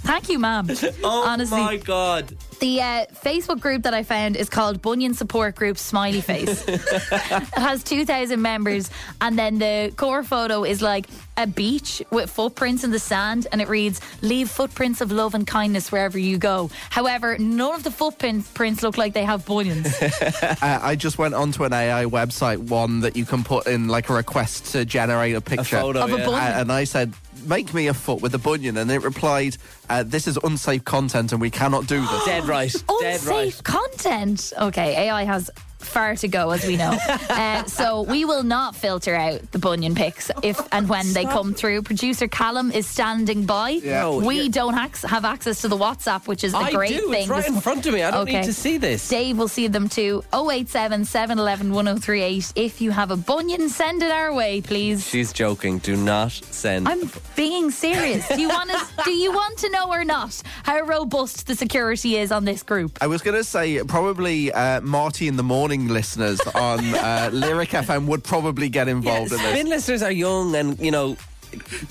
Thank you, ma'am. Oh Honestly, my god! the uh, Facebook group that I found is called Bunyan Support Group Smiley Face. it has 2,000 members, and then the core photo is like a beach with footprints in the sand, and it reads, Leave footprints of love and kindness wherever you go. However, none of the footprints look like they have bunions. Uh, I just went onto an AI website, one that you can put in like a request to generate a picture photo, Of a yeah. bunion. A- and I said, "Make me a foot with a bunion," and it replied, uh, "This is unsafe content, and we cannot do this." Dead right. Dead unsafe right. content. Okay, AI has far to go, as we know. uh, so we will not filter out the bunion pics if and when they come through. Producer Callum is standing by. No, we you're- don't ac- have access to the WhatsApp, which is the I great do. thing. It's right this in front of me. I don't Okay. need to see this. Dave will see them too. 087 711 1038. If you have a bunion, send it our way, please. She's joking. Do not send. I'm being serious. Do you want us, do you want to know or not how robust the security is on this group? I was going to say probably uh, Marty in the morning listeners on uh, Lyric FM would probably get involved in this. Spin listeners are young and you know,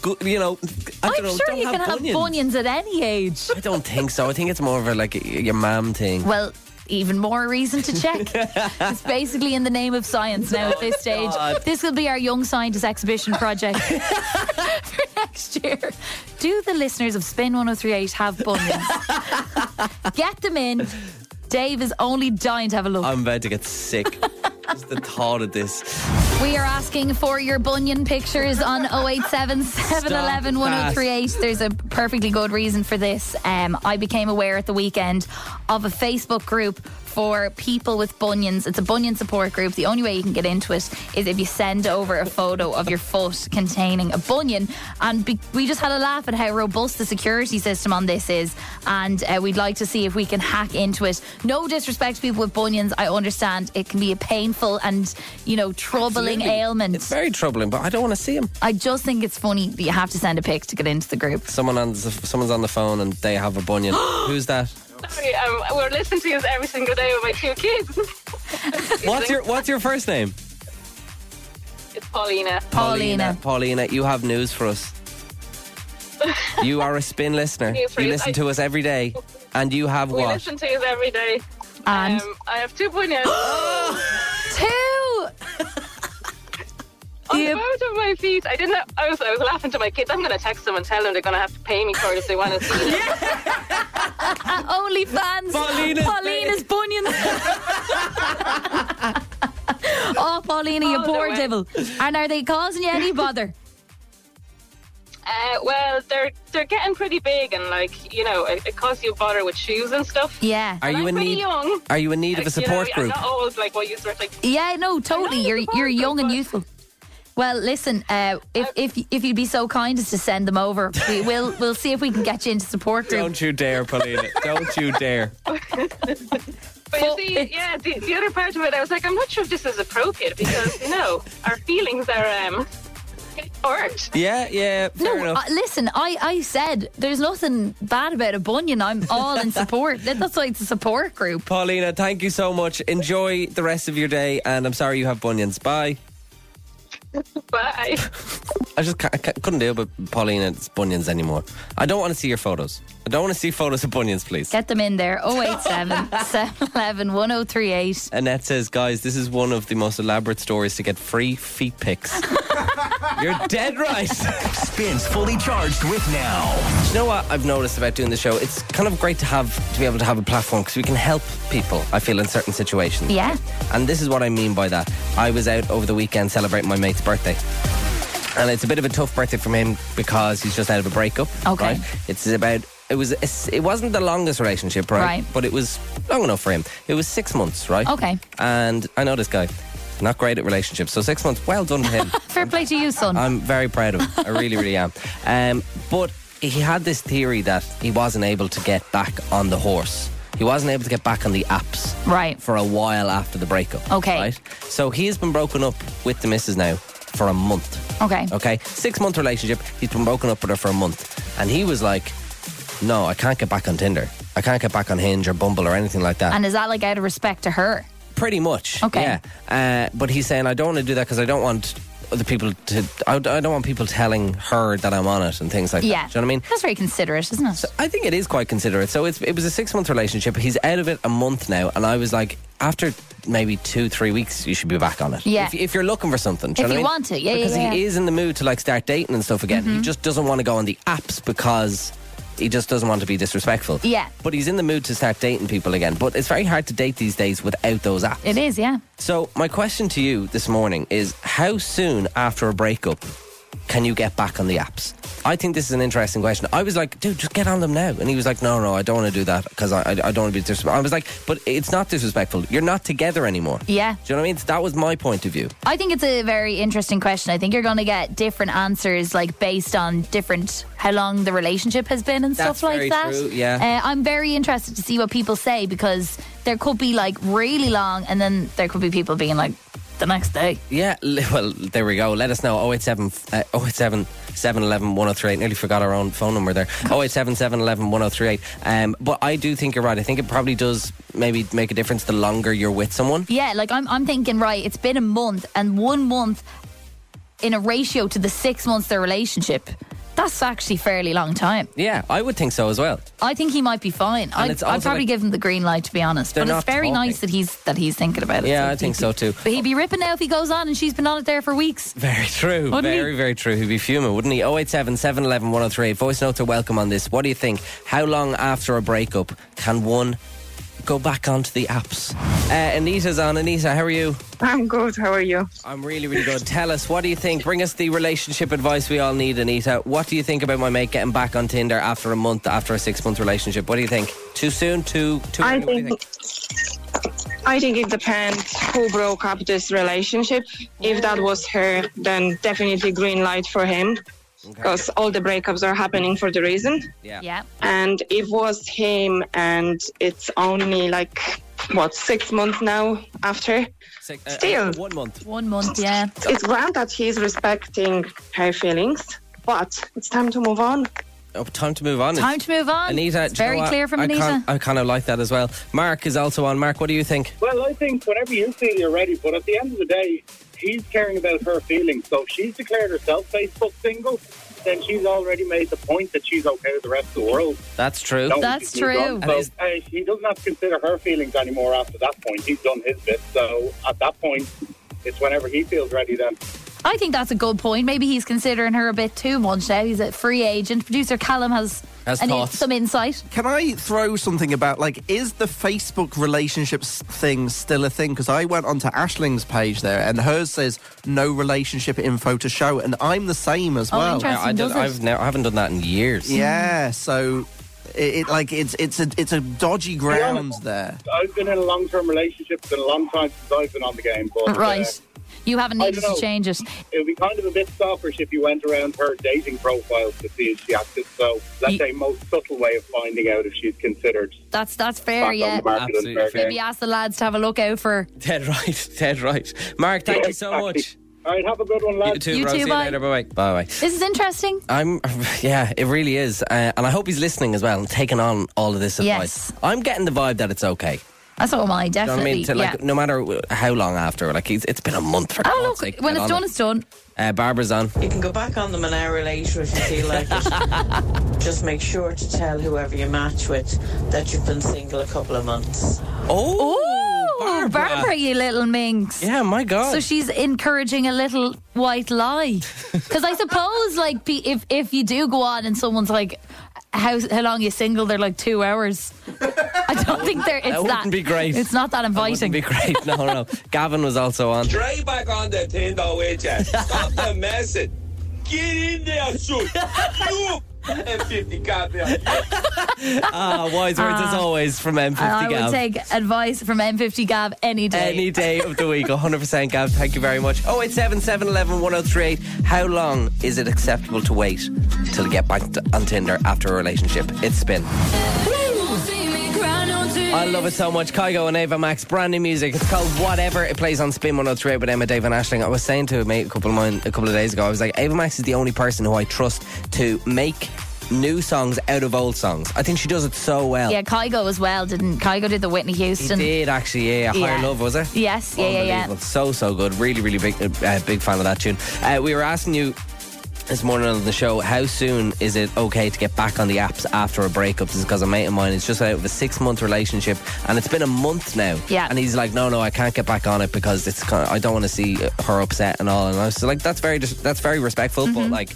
go, you know. I I'm don't know, sure don't you have can have bunions. bunions at any age. I don't think so. I think it's more of a like your mom thing. Well, even more reason to check. it's basically in the name of science now at this stage. God. This will be our Young Scientist Exhibition project for next year. Do the listeners of Spin 1038 have bunions? Get them in. Dave is only dying to have a look. I'm about to get sick. Just the thought of this. We are asking for your bunion pictures on 087 711 1038. There's a perfectly good reason for this. Um, I became aware at the weekend of a Facebook group for people with bunions. It's a bunion support group. The only way you can get into it is if you send over a photo of your foot containing a bunion. And be- we just had a laugh at how robust the security system on this is. And uh, we'd like to see if we can hack into it. No disrespect to people with bunions. I understand it can be a painful and, you know, troubling Absolutely. ailment. It's very troubling, but I don't want to see him. I just think it's funny that you have to send a pic to get into the group. Someone on the, someone's on the phone and they have a bunion. Who's that? Sorry, um, we're listening to you every single day with my two kids. What's your What's your first name? It's Paulina. Paulina, you have news for us. You are a spin listener. News for You you. listen to us every day, and you have We what? listen to you every day. And? um, I have two points. two. On the both of my feet. I didn't. I was. I was laughing to my kids. I'm going to text them and tell them they're going to have to pay me for it if they want to see it. Only fans. Paulina's- Paulina's bunions. oh, Paulina, you Oh, poor they're wet. devil. And are they causing you any bother? Uh, well, they're they're getting pretty big, and like you know, it, it costs you bother with shoes and stuff. Yeah. Are And you I'm in pretty need? Young. Are you in need of a You know, support I'm group? not old like what you were like. Yeah, no, totally. You're you're young and youthful. Well, listen. Uh, if if if you'd be so kind as to send them over, we, we'll we'll see if we can get you into support group. Don't you dare, Paulina! Don't you dare! But you see, yeah, the, the other part of it, I was like, I'm not sure if this is appropriate because you know our feelings are um hurt. Yeah, yeah. Fair no, enough. uh, listen. I, I said there's nothing bad about a bunion. I'm all in support. That's why it's a support group. Paulina, thank you so much. Enjoy the rest of your day, and I'm sorry you have bunions. Bye. Bye. I just ca- I ca- couldn't deal with Paulina's bunions anymore. I don't want to see your photos. I don't want to see photos of bunions, please. Get them in there. 087 711 1038. Annette says, guys, this is one of the most elaborate stories to get free feet pics. You're dead right. Spins fully charged with now. Do you know what I've noticed about doing the show? It's kind of great to have to be able to have a platform because we can help people. I feel in certain situations. Yeah. And this is what I mean by that. I was out over the weekend celebrating my mate's birthday. And it's a bit of a tough birthday for him because he's just out of a breakup. Okay. right? It's about it was it wasn't the longest relationship, right? Right. But it was long enough for him. It was six months, right? Okay. And I know this guy, not great at relationships. So six months, well done to him. Fair play to you, son. I'm very proud of him. I really, really am. Um, but he had this theory that he wasn't able to get back on the horse. He wasn't able to get back on the apps right. for a while after the breakup. Okay. Right? So he has been broken up with the missus now for a month. Okay. Okay. Six month relationship. He's been broken up with her for a month. And he was like, no, I can't get back on Tinder. I can't get back on Hinge or Bumble or anything like that. And is that like out of respect to her? Pretty much. Okay. Yeah. Uh, but he's saying, I don't want to do that because I don't want other people to, I, I don't want people telling her that I'm on it and things like yeah. that. Do you know what I mean? That's very considerate, isn't it? I think it is quite considerate. So it's, it was a six month relationship. He's out of it a month now. And I was like, after maybe two, three weeks, you should be back on it. Yeah. If, if you're looking for something. do If know you what I mean? want it, yeah, yeah, Because he yeah. Mm-hmm. is in the mood to like start dating and stuff again. He just doesn't want to go on the apps because he just doesn't want to be disrespectful. Yeah. But he's in the mood to start dating people again. But it's very hard to date these days without those apps. It is, yeah. So my question to you this morning is how soon after a breakup can you get back on the apps? I think this is an interesting question. I was like, dude, just get on them now. And he was like, no, no, I don't want to do that because I, I, I don't want to be disrespectful. I was like, but it's not disrespectful. You're not together anymore. Yeah. Do you know what I mean? That was my point of view. I think it's a very interesting question. I think you're going to get different answers, like based on different how long the relationship has been and That's stuff like very that. true, yeah. uh, I'm very interested to see what people say because there could be like really long, and then there could be people being like the next day. Yeah, li- well, there we go. Let us know 087 uh, 087 711 1038. Nearly forgot our own phone number there. 087 711 1038. Um, but I do think you're right. I think it probably does maybe make a difference the longer you're with someone. Yeah, like I'm, I'm thinking, right? It's been a month, and one month in a ratio to the six months their relationship. That's actually fairly long time. Yeah, I would think so as well. I think he might be fine. I'd, it's I'd also probably like- give him the green light, to be honest. They're But it's not very talking. nice that he's that he's thinking about it. Yeah, I he'd think be- so too. But he'd be ripping now if he goes on, and she's been on it there for weeks. Very true. Wouldn't very, he? very true. He'd be fuming, wouldn't he? Oh, 087 711 1038. Voice notes are welcome on this. What do you think? How long after a breakup can one go back onto the apps? Uh, Anita's on. Anita, how are you? I'm good. How are you? I'm really, really good. Tell us, what do you think? Bring us the relationship advice we all need, Anita. What do you think about my mate getting back on Tinder after a month, after a six month relationship? What do you think? Too soon? Too, too I early? What do you think, I think it depends who broke up this relationship. If that was her, then definitely green light for him, because all the breakups are happening for the reason. Yeah. Yeah. And if was him, and it's only like what six months now after, Six- uh, still one month. One month, yeah. It's grand that he's respecting her feelings, but it's time to move on. Oh, time to move on. Time to move on. Anita, Oh, It's do you know very what? clear from I Anita. can't- I kind of like that as well. Mark is also on. Mark, what do you think? Well, I think whenever you feel you're ready, but at the end of the day, she's caring about her feelings. So if she's declared herself Facebook single, then she's already made the point that she's okay with the rest of the world. That's true. No, she's moved on. So, uh, he doesn't have to consider her feelings anymore after that point. He's done his bit. So at that point, it's whenever he feels ready then. I think that's a good point. Maybe he's considering her a bit too much now. He's a free agent. Producer Callum has, Has an- thoughts. some insight. Can I throw something about like is the Facebook relationships thing still a thing? Because I went onto Ashling's page there, and hers says no relationship info to show, and I'm the same Oh, as well. I, I, did, I've never, I haven't done that in years. Yeah, so it, it like it's it's a it's a dodgy ground there. I've been in a long term relationship for a long time since I've been on the game. But, Right. uh, You haven't I needed don't to know. change it. it would be kind of a bit stalkerish if you went around her dating profile to see if she acted. So that's a most subtle way of finding out if she's considered. That's that's Back fair, on yeah. the market Absolutely and fair fair. game. Maybe ask the lads to have a look out for Dead right. Dead right. Mark, thank you so much. All right, have a good one, You too, You bro. too, See you bye. later. Bye bye. Bye bye. This is interesting. I'm, yeah, it really is. Uh, and I hope he's listening as well and taking on all of this advice. I'm getting the vibe that it's okay. That's what I Do you know what I definitely. mean? To, like, yeah. No matter wh- how long after, like, he's, it's been a month for Oh, God's look, sake, when get it's on done, it. it's done. Uh, Barbara's on. You can go back on them an hour later if you feel like it. Just make sure to tell whoever you match with that you've been single a couple of months. Oh, Barbara. you little minx. Yeah, my God. So she's encouraging a little white lie. Because I suppose, like, pe- if if you do go on and someone's like, how how long you single? They're like two hours. I don't think they're. It's that wouldn't be great. It's not that inviting. Be great. No, no. Gavin was also on. Straight back on the Tinder with you. Stop the messing. Get in there, shoot. You and 50 cop there. Ah, wise words as Ah. always from M50 I Gav. would take advice from M50 Gav any day. Any day of the week, 100% Gav. Thank you very much. 087 711 1038. How long is it acceptable to wait till you get back to, on Tinder after a relationship? It's spin. I love it so much. Kygo and Ava Max, brand new music. It's called Whatever. It plays on Spin 103 with Emma, Dave, and Ashling. I was saying to a mate a couple of mine a couple of days ago. I was like, Ava Max is the only person who I trust to make new songs out of old songs. I think she does it so well. Yeah, Kygo as well, didn't Kygo did the Whitney Houston. Oh. He did actually, yeah. Higher Yeah. Love, was it? Yes, yeah, yeah, yeah. Unbelievable. So, so good. Really, really big, uh, big fan of that tune. Uh, we were asking you this morning on the show, how soon is it okay to get back on the apps after a breakup? This is because a mate of mine is just out of a six month relationship and it's been a month now. Yeah. And he's like, no, no, I can't get back on it because it's kind of, I don't want to see her upset and all. And I was like, that's very, dis- that's very respectful, Mm-hmm. but like,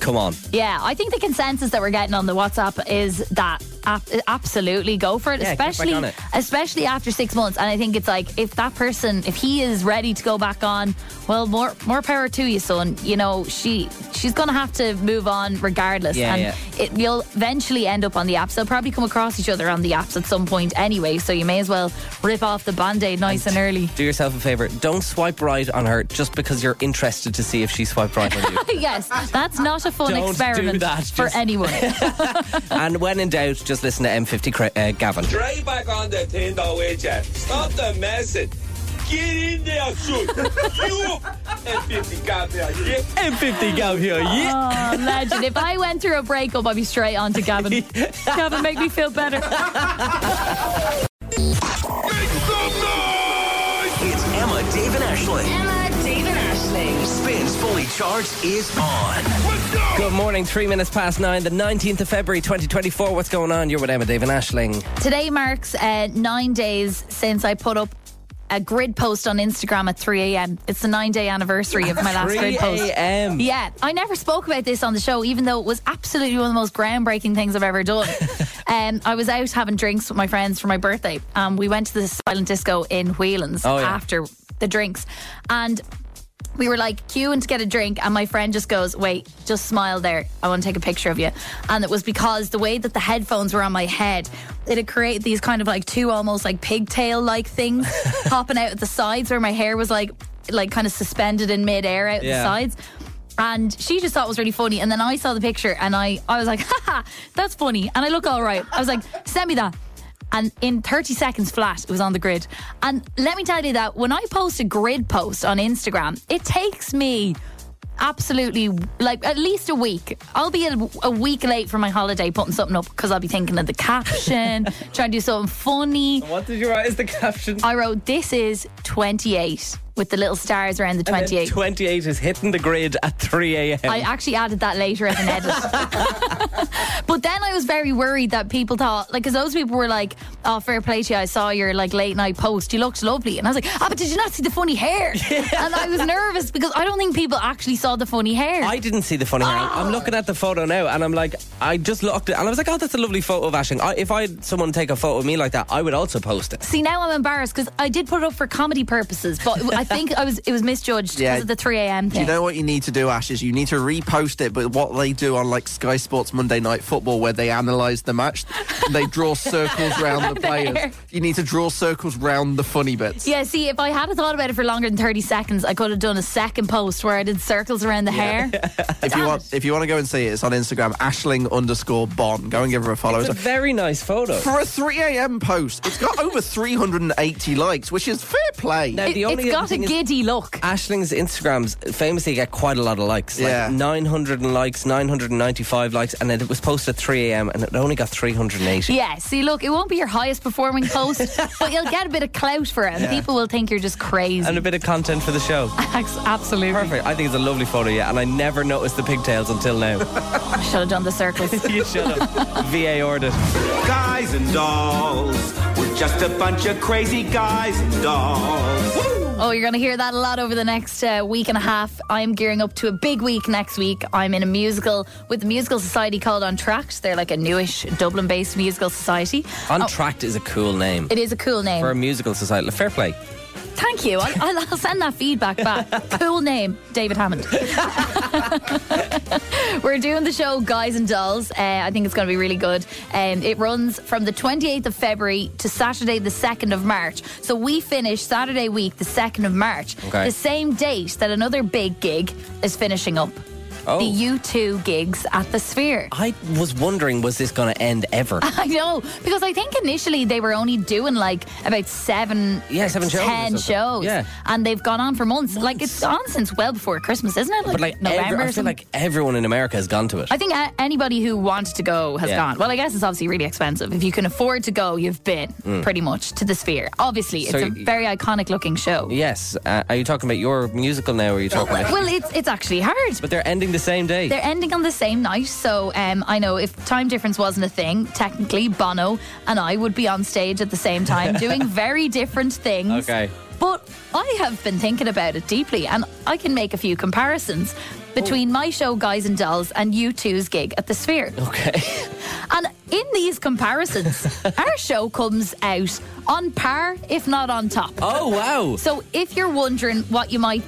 come on. Yeah, I think the consensus that we're getting on the WhatsApp is that ab- absolutely go for it, Yeah, get back especially on it. especially after six months. And I think it's like if that person, if he is ready to go back on, well, more more power to you, son. You know, she she's gonna have to move on regardless, Yeah, and yeah. It, you'll eventually end up on the apps. They'll probably come across each other on the apps at some point anyway, so you may as well rip off the band aid nice and early. Do yourself a favor. Don't swipe right on her just because you're interested to see if she swiped right on you. yes, that's not a fun Don't do experiment that, for just- anyone. and when in doubt, just listen to M50 Cra- uh, Gavin. Straight back on the Tinder with you. Stop the messing. Get in there, shoot. You and 50 cop there. Yeah. M50 Gav here, Oh, legend. If I went through a breakup, I'd be straight on to Gavin. Gavin, make me feel better. It's Emma, Dave, and Ashling. Emma, Dave, and Ashling. Spins Fully Charged is on. Good morning, three minutes past nine, the 19th of February 2024. What's going on? You're with Emma, Dave, and Ashling. Today marks uh, nine days since I put up a grid post on Instagram at 3 a.m. It's the nine day anniversary of my last 3 grid post. a.m.. Yeah, I never spoke about this on the show, even though it was absolutely one of the most groundbreaking things I've ever done. um, I was out having drinks with my friends for my birthday. Um, we went to the silent disco in Whelan's Oh, yeah. after the drinks. And we were like queuing to get a drink, and my friend just goes, Wait, just smile there. I want to take a picture of you. And it was because the way that the headphones were on my head, it had created these kind of like two almost like pigtail like things popping out at the sides where my hair was like, like kind of suspended in midair out Yeah. the sides. And she just thought it was really funny. And then I saw the picture and I, I was like, haha, that's funny. And I look all right. I was like, send me that. And in 30 seconds flat, it was on the grid. And let me tell you that when I post a grid post on Instagram, it takes me absolutely like at least a week. I'll be a, a week late for my holiday putting something up because I'll be thinking of the caption, trying to do something funny. What did you write as the caption? I wrote, This is 28 with the little stars around the And then 28. 28 is hitting the grid at 3 a.m. I actually added that later as an edit. but then I was very worried that people thought, like, because those people were like, oh, fair play to you. I saw your, like, late night post. You looked lovely. And I was like, oh, but did you not see the funny hair? And I was nervous because I don't think people actually saw the funny hair. I didn't see the funny hair. Oh. I'm looking at the photo now and I'm like, I just looked at and I was like, oh, that's a lovely photo of Ashing. I, if I had someone take a photo of me like that, I would also post it. See, now I'm embarrassed because I did put it up for comedy purposes, but I think I was it was misjudged because Yeah. of the 3 a.m. Do thing. you know what you need to do, Ash? Is you need to repost it, but what they do on like Sky Sports Monday Night Football, where they analyse the match, they draw circles round the There. players. You need to draw circles round the funny bits. Yeah, see, if I had thought about it for longer than 30 seconds, I could have done a second post where I did circles around the hair. If you want, if you want to go and see it, it's on Instagram, Ashling underscore Bon. Go and give her a follow. It's a It's very nice photo. a- for a 3 a.m. post, it's got over 380 likes, which is fair play. Now, the It- only it's other got a thing is- giddy look. Ashling's Instagrams famously get quite a lot of likes. Yeah. Like 900 and likes, 995 likes, and then it was posted at 3 a.m. and it only got 380. Yeah, see, look, it won't be your highest performing post, but you'll get a bit of clout for it, and Yeah. people will think you're just crazy. And a bit of content for the show. Absolutely. Perfect. I think it's a lovely photo, yeah, and I never noticed the pigtails until now. I should have done the circles. you should have. VA ordered. Oh. Guys and dolls, we're just a bunch of crazy guys and dolls. Oh, you're going to hear that a lot over the next uh, week and a half. I'm gearing up to a big week next week. I'm in a musical with the musical society called Untracked. They're like a newish Dublin based musical society. Untracked is a cool name. It is a cool name. For a musical society. Fair play. Thank you. I'll, I'll I'll send that feedback back. cool name, David Hammond. We're doing the show Guys and Dolls. Uh, I think it's going to be really good. Um, it runs from the 28th of February to Saturday, the 2nd of March. So we finish Saturday week, the 2nd of March, Okay. the same date that another big gig is finishing up. Oh. The U2 gigs at the Sphere. I was wondering, was this going to end ever? I know because I think initially they were only doing like about seven, Yeah, seven shows or ten something. shows, Yeah. and they've gone on for months. Like it's on since well before Christmas, isn't it? Like, but like, every- November. or I feel something. like everyone in America has gone to it. I think uh, anybody who wanted to go has Yeah. gone. Well, I guess it's obviously really expensive. If you can afford to go, you've been Mm. pretty much to the Sphere. Obviously, So it's a y- very iconic looking show. yes. Uh, are you talking about your musical now, or are you talking about? Well, it's it's actually hard. but they're ending the same day. They're ending on the same night, so um, I know if time difference wasn't a thing, technically Bono and I would be on stage at the same time doing very different things. Okay. But I have been thinking about it deeply, and I can make a few comparisons Oh. between my show, Guys and Dolls, and you two's gig at the Sphere. Okay. And in these comparisons, our show comes out on par, if not on top. Oh, wow. So if you're wondering what you might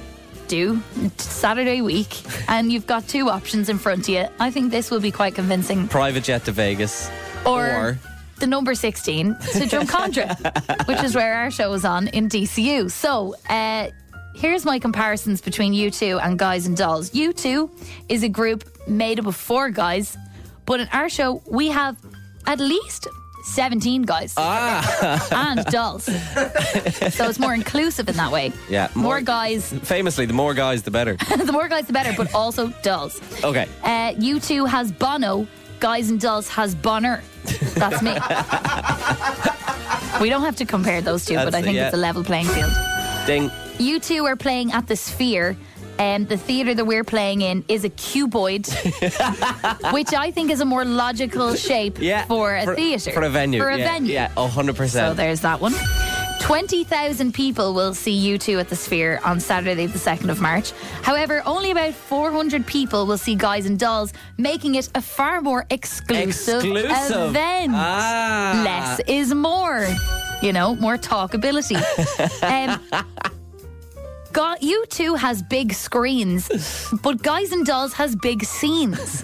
do Saturday week and you've got two options in front of you, I think this will be quite convincing. Private jet to Vegas. Or, the number 16 to Drumcondra, which is where our show is on in DCU. So, uh, here's my comparisons between you two and Guys and Dolls. You two is a group made up of four guys, but in our show, we have at least 17 guys and dolls. So, it's more inclusive in that way. Yeah. More guys, Famously, the more guys, the better. the more guys, the better, but also dolls. Okay. Uh, U2 has Bono. Guys and Dolls has Bonner. That's me. we don't have to compare those two, but I That's- think yeah. it's a level playing field. Ding. You two are playing at the Sphere. and the theatre that we're playing in is a cuboid, which I think is a more logical shape Yeah. for a theatre. For a venue. For a yeah, venue. Yeah, 100%. So there's that one. 20,000 people will see you two at the Sphere on Saturday, the 2nd of March. However, only about 400 people will see Guys and Dolls, making it a far more exclusive, Exclusive. event. Ah. Less is more. You know, more talkability. um, Got you two has big screens, but Guys and Dolls has big scenes.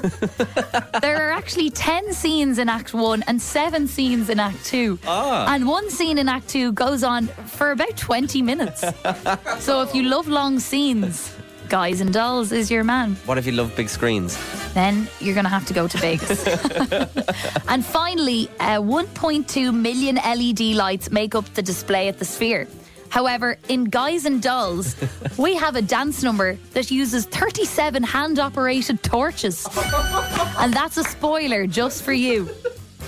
there are actually 10 scenes in Act 1 and 7 scenes in Act 2. Ah. And one scene in Act 2 goes on for about 20 minutes. so if you love long scenes, Guys and Dolls is your man. What if you love big screens? Then you're going to have to go to Vegas. and E finally, uh, 1.2 million LED lights make up the display at the Sphere. However, in Guys and Dolls, we have a dance number that uses 37 hand operated torches. and that's a spoiler just for you.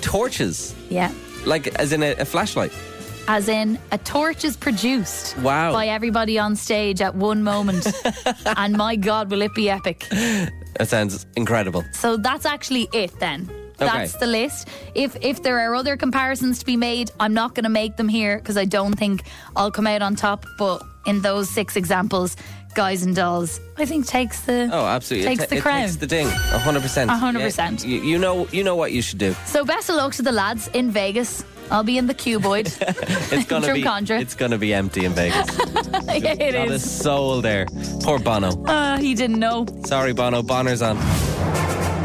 Torches. Yeah. Like, as in a, a flashlight. As in, a torch is produced Wow. by everybody on stage at one moment. and my God, will it be epic! That sounds incredible. So that's actually it then. That's Okay. the list. If if there are other comparisons to be made, I'm not going to make them here because I don't think I'll come out on top. But in those six examples, guys and dolls, I think takes the Oh, absolutely. takes it, ta- the it crown. takes the ding. 100%. A hundred percent. Yeah, you, you know you know what you should do. so best of luck to the lads in Vegas. I'll be in the cuboid. It's gonna From be Conjure. it's gonna be empty in Vegas. yeah, it Not a is. soul there. Poor Bono. Uh, he didn't know. Sorry, Bono. Bonner's on.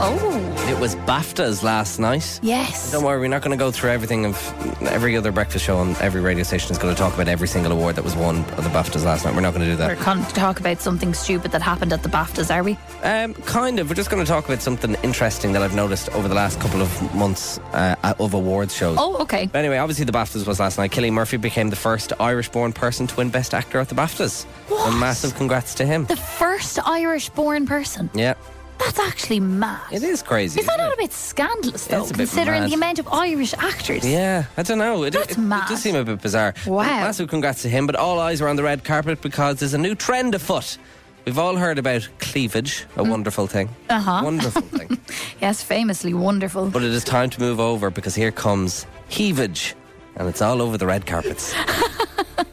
Oh, It was BAFTAs last night. yes. Don't worry, we're not going to go through everything of every other breakfast show on every radio station is going to talk about every single award that was won at the BAFTAs last night. We're not going to do We're that. going to talk about something stupid that happened at the BAFTAs, are we? Um, kind of. We're just going to talk about something interesting that I've noticed over the last couple of months uh, of awards shows. Oh, okay. But anyway, obviously the BAFTAs was last night. Killian Murphy became the first Irish-born person to win Best Actor at the BAFTAs. A massive congrats to him. The first Irish-born person. yeah, That's actually mad. it is crazy. Is that not a bit scandalous though, It's a bit considering mad. the amount of Irish actors? Yeah, I don't know. It, That's it, mad. it does seem a bit bizarre. Wow. Massive congrats to him, but all eyes are on the red carpet because there's a new trend afoot. We've all heard about cleavage, a wonderful thing. Mm. Uh-huh. Wonderful thing. Yes, famously wonderful. But it is time to move over because here comes heavage, and it's all over the red carpets.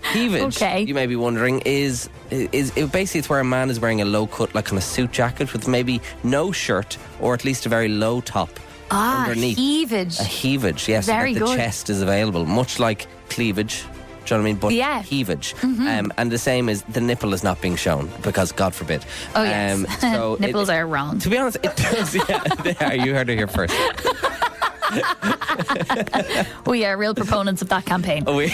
heavage, Okay. you may be wondering, is, is it basically it's where a man is wearing a low cut, like kind of suit jacket with maybe no shirt or at least a very low top Ah, underneath. Uh, heavage. A heavage, yes. Very that the good. chest is available, much like cleavage. Do you know what I mean? But Yeah. heavage. Mhm. Um, and the same is the nipple is not being shown because, God forbid. Um, Oh yes, nipples are wrong. To be honest, it does. Yeah, they are. You heard it here first. We are real proponents of that campaign. Oh, we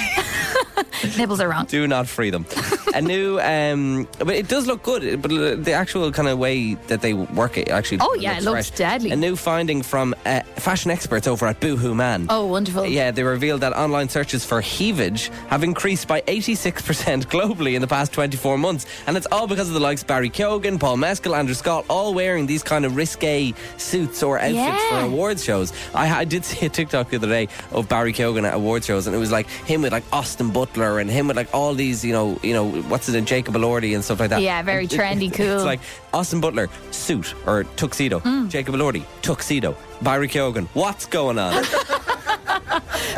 Nipples are wrong. do not free them. a new, um, but it does look good. But the actual kind of way that they work it actually. Oh, yeah, it looks fresh. deadly. A new finding from uh, fashion experts over at Boohoo Man. Oh, wonderful. Yeah, they revealed that online searches for heavage have increased by 86% globally in the past 24 months. And it's all because of the likes of Barry Keoghan, Paul Mescal, Andrew Scott, all wearing these kind of risque suits or outfits for Yeah. awards shows. I, I did see a TikTok the other day of Barry Keoghan at award shows, and it was like him with like Austin Butler and him with like all these, you know, you know, what's it, Jacob Elordi and stuff like that. Yeah, very And trendy, cool. Mm. It's like Austin Butler, suit or tuxedo. Jacob Elordi, tuxedo. Barry Keoghan, what's going on?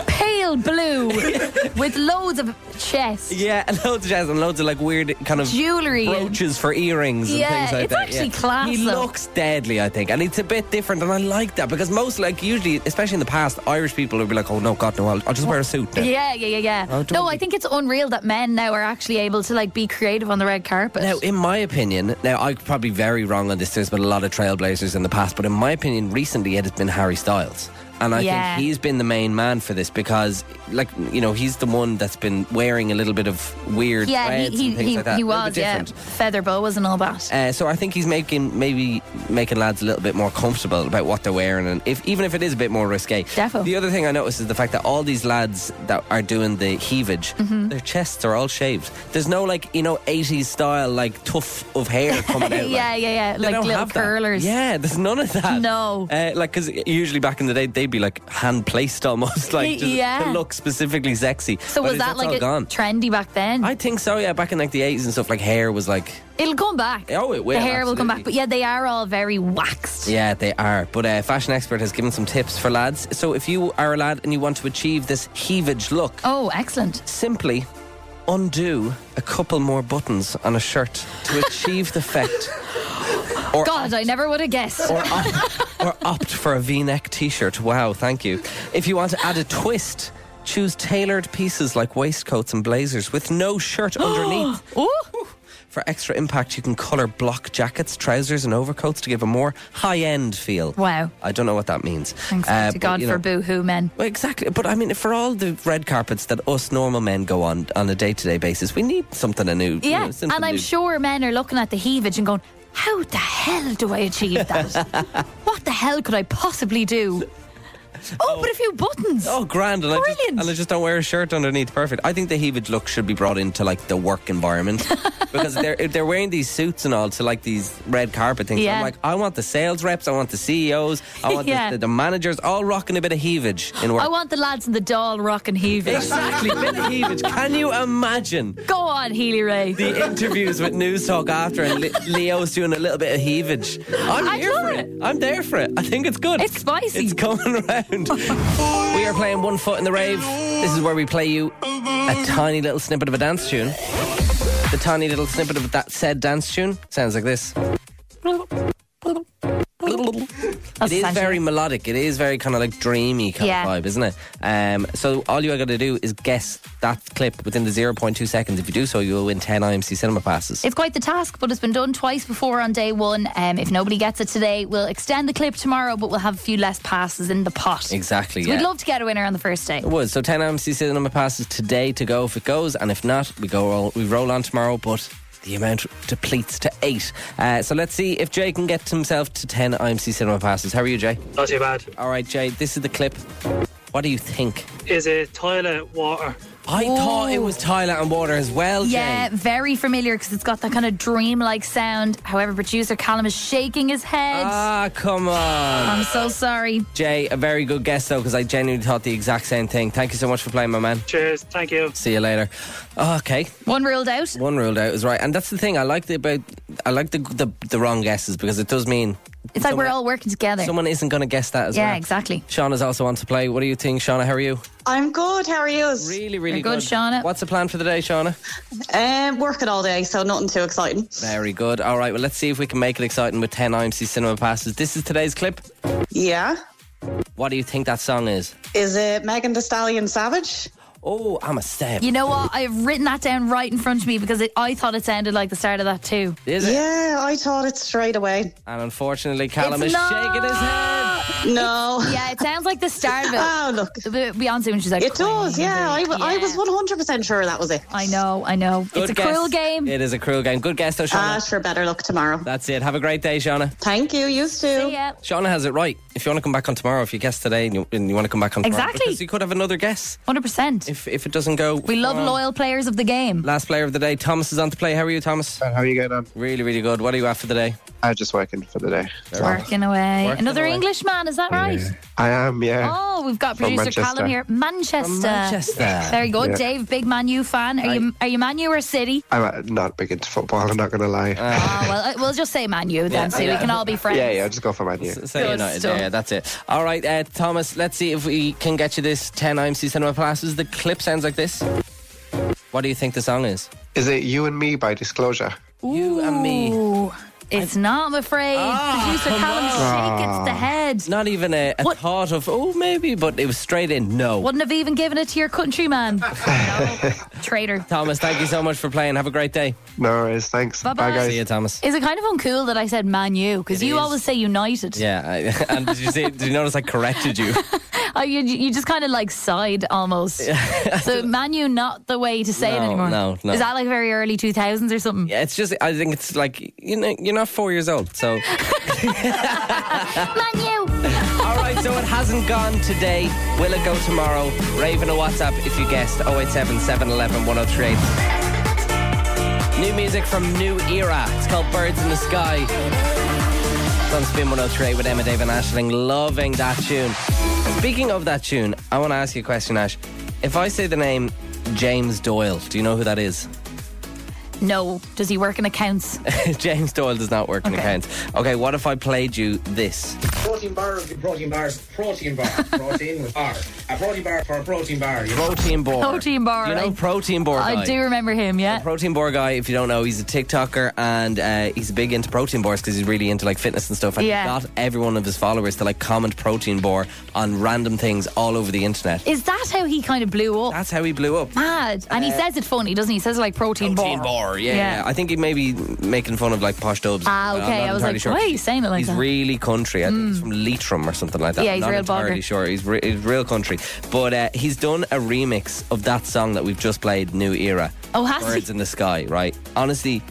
Pale blue with loads of chest. Yeah, and loads of jazz and loads of like weird kind of Jewellery and- brooches for earrings and Yeah, things like it's that. actually class, He though. looks deadly, I think, and it's a bit different, and I like that because most like usually, especially in the past, Irish people would be like, "Oh no, God no, I'll, I'll just wear a suit." now." Yeah, yeah, yeah, yeah. Oh, don't no, be- I think it's unreal that men now are actually able to like be creative on the red carpet. Now, in my opinion, now I'm probably very wrong on this. There's been a lot of trailblazers in the past, but in my opinion, recently it has been Harry Styles. And I Yeah. think he's been the main man for this because, like, you know, he's the one that's been wearing a little bit of weird yeah, threads he he, and things he, like that. he a little bit was yeah different. feather boas and all that. Uh, so I think he's making maybe making lads a little bit more comfortable about what they're wearing, and if even if it is a bit more risque. Defo. The other thing I noticed is the fact that all these lads that are doing the heavage, Mm-hmm. their chests are all shaved. There's no like you know 80s style like tuft of hair coming out. like- yeah, yeah, yeah, They like don't little have that. curlers. Yeah, there's none of that. No. Uh, like because usually back in the day they'd be like hand placed almost like just Yeah. to look specifically sexy. So But was it's- that it's like all a gone? trendy back then? I think so. Yeah, back in like the 80s and stuff, like hair was like. It'll come back. Oh, it will, The hair will come back. absolutely. But yeah, they are all very waxed. Yeah, they are. But a fashion expert has given some tips for lads. So if you are a lad and you want to achieve this heavage look, Oh, excellent. simply undo a couple more buttons on a shirt to achieve the effect. Or, God, I never would have guessed. or, opt, or opt for a V-neck T-shirt. Wow, thank you. If you want to add a twist. Choose tailored pieces like waistcoats and blazers with no shirt underneath. Ooh. For extra impact, you can colour block jackets, trousers, and overcoats to give a more high end feel. Wow. I don't know what that means. Thanks Uh, to but, God you know- for boo hoo men. Well, exactly. But I mean, for all the red carpets that us normal men go on on a day to day basis, we need something anew. you Yeah, know, something and I'm new. sure men are looking at the heavage and going, "How the hell do I achieve that? what the hell could I possibly do?" Oh, but a few buttons. Oh, grand. And I, just, Brilliant. and I just don't wear a shirt underneath. Perfect. I think the heavage look should be brought into like the work environment because they're if they're wearing these suits and all to like these red carpet things. Yeah. I'm like, I want the sales reps, I want the CEOs, I want Yeah. the, the, managers all rocking a bit of heavage in work. I want the lads in the doll rocking heaving. exactly, bit of heavage. Can you imagine? Go on, Healy Ray. The interviews with News Talk after, and Le- Leo's doing a little bit of heavage. I'm I'd here love for it. it. I'm there for it. I think it's good. It's spicy. It's coming around. we are playing One Foot in the Rave. This is where we play you a tiny little snippet of a dance tune. The tiny little snippet of that said dance tune sounds like this. it is essentially- very melodic. It is very kind of like dreamy kind Yeah. of vibe, isn't it? Um, so all you got to do is guess that clip within the 0.2 seconds. If you do so, you will win 10 IMC cinema passes. It's quite the task, but it's been done twice before on day one. Um, if nobody gets it today, we'll extend the clip tomorrow, but we'll have a few less passes in the pot. Exactly. So yeah. We'd love to get a winner on the first day. It was. So 10 AMC cinema passes today to go if it goes, and if not, we go roll, we roll on tomorrow, but the amount depletes to eight. Uh, so let's see if Jay can get himself to 10 IMC cinema passes. How are you, Jay? Not too bad. All right, Jay, this is the clip. What do you think? Is it toilet water? I thought it was Thailand and water as well, Yeah, Jay. very familiar because it's got that kind of dreamlike sound. However, producer Callum is shaking his head. Ah, come on. I'm so sorry. Jay, a very good guess though, because I genuinely thought the exact same thing. Thank you so much for playing, my man. Cheers. Thank you. See you later. Oh, Okay. One ruled out. One ruled out is right, and that's the thing I like the, about I like the, the the wrong guesses because it does mean It's like we're all working together. someone isn't going to guess that as yeah, well. exactly. Shauna's also on to play. What do you think, Shauna? How are you? I'm good. How are you? Really, really You're good, Shauna. What's the plan for the day, Shauna? Um, working all day, so nothing too exciting. Very good. All right, well, let's see if we can make it exciting with 10 IMC cinema passes. This is today's clip. Yeah. What do you think that song is? Is it Megan Thee Stallion Savage? Oh, I'm a step. You know what? I've written that down right in front of me because it, I thought it sounded like the start of that too. Is it? Yeah, I thought it straight away. And unfortunately, Callum It's is not. shaking his head. No. Yeah, it sounds like the start of it. Oh, look. Beyonce when she's like, It does, yeah. I, w- I was 100% sure that was it. I know, I know. Good it's a guess. cruel game. It is a cruel game. Good guess, though, Shauna. Ah, sure, better luck tomorrow. That's it. Have a great day, Shauna. Thank you, used to. See ya. Shauna has it right. If you want to come back on tomorrow, if you guess today and you, and you want to come back on tomorrow, Exactly. because you could have another guess 100%. if, if it doesn't go. We love loyal players of the game. Last player of the day, Thomas is on to play. How are you, Thomas? How are you getting on? Really, really good. What are you at for the day? I'm just working for the day. Working away. Working Another away. Englishman, is that right? I am, yeah. Oh, we've got From producer Callum Manchester. here. Manchester. From Manchester. Very good. Yeah. Dave, big Man U fan. Are you are you Man U or City? I'm uh, not big into football, I'm not going to lie. Oh, well, uh, we'll just say Man U then, so we can all be friends. Yeah, yeah, just go for Man U. Say Good United. stuff. Yeah, that's it. All right, uh, Thomas, let's see if we can get you this 10 IMC Cinema Passes. The clip sounds like this. What do you think the song is? Is it You and Me by Disclosure? You and me. Ooh, it's not, I'm afraid. Producer Callum shakes the head. Not even a, a thought of, oh, maybe, but it was straight in. No. Wouldn't have even given it to your countryman. no. Traitor. Thomas, thank you so much for playing. Have a great day. No worries, thanks. Bye-bye. Bye, guys. See you, Thomas. Is it kind of uncool that I said Man U? Because It you is. always say United. Yeah, I, and did you see? Did you notice I corrected you? Uh, you, you just kind of like sighed almost. so Man U, not the way to say it No, anymore. no, no. Is that like very early 2000s or something? Yeah, it's just I think it's like you know you're not four years old, so. Man U! All right, so it hasn't gone today. Will it go tomorrow? Raven a WhatsApp if you guessed 087 711 1038. New music from New Era. It's called Birds in the Sky. It's on Spin 103 with Emma David Ashling. Loving that tune. Speaking of that tune, I want to ask you a question, Ash. If I say the name James Doyle, do you know who that is? No. Does he work in accounts? James Doyle does not work in Okay. accounts. Okay, what if I played you this? Protein bar, protein bars, protein bar, protein with bar. A protein bar for a protein bar. You know? Protein board. Protein bar, You know I- protein board. I do remember him, yeah. Protein Boar guy, if you don't know, he's a TikToker and uh, he's big into protein bars because he's really into like fitness and stuff. And Yeah. he got every one of his followers to like comment protein bar on random things all over the internet. Is that how he kind of blew up? That's how he blew up. Mad. And he Uh, says it funny, doesn't he? He says it like protein, Protein bar, yeah, yeah. I think he may be making fun of like posh dubs. Ah, I'm okay. not I was entirely like, sure. why are you saying it like he's that? Mm. really country. I think he's from Leitrim or something like that. Yeah, he's Not real entirely bugger. sure. He's, re- he's real country. But uh, he's done a remix of that song that we've just played, New Era. Oh, has he? Birds in the Sky, right? Honestly,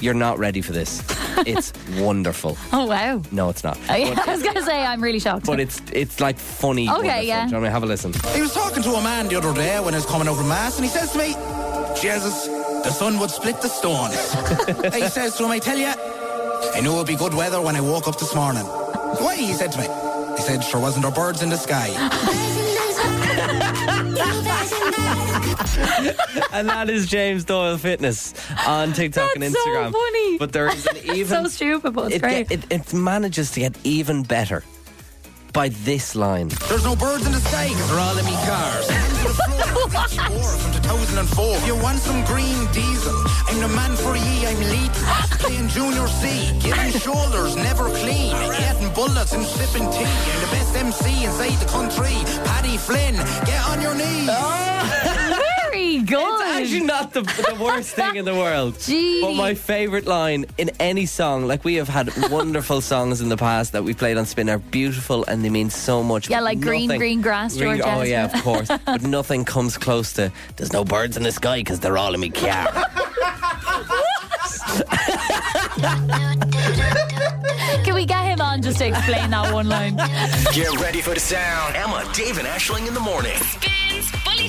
you're not ready for this. it's wonderful. Oh, wow. No, it's not. I, But- I was going to say, I'm really shocked. But it's it's like funny. Okay, wonderful. yeah. Do you want me to have a listen? He was talking to a man the other day when I was coming over mass, and he says to me, Jesus, the sun would split the stones. he says to him, I tell you, I knew it would be good weather when I woke up this morning. Why? He said to me. He said, sure wasn't there birds in the sky. and that is James Doyle Fitness on TikTok and That's so Instagram. funny. But there is an even so stupid, but it's it, great. get- it, it manages to get even better by this line. There's no birds in the sky 'cause they're all in me cars. Or from 2004. If you want some green diesel, I'm the man for ye, I'm lethal. Playing junior C, giving shoulders, never clean. Getting bullets and sipping tea. I'm the best MC inside the country. Paddy Flynn, get on your knees. Very good. It's actually not the, the worst thing in the world. Gee. But my favourite line in any song, like we have had wonderful songs in the past that we played on Spin are beautiful and they mean so much. Yeah, but like Green- nothing- Green Grass, George Oh, Ezra. yeah, of course. but nothing comes close to there's no birds in the sky because they're all in me car. Can we get him on just to explain that one line? Get ready for the sound. Emma, Dave, and Ashling in the morning. Spins Fully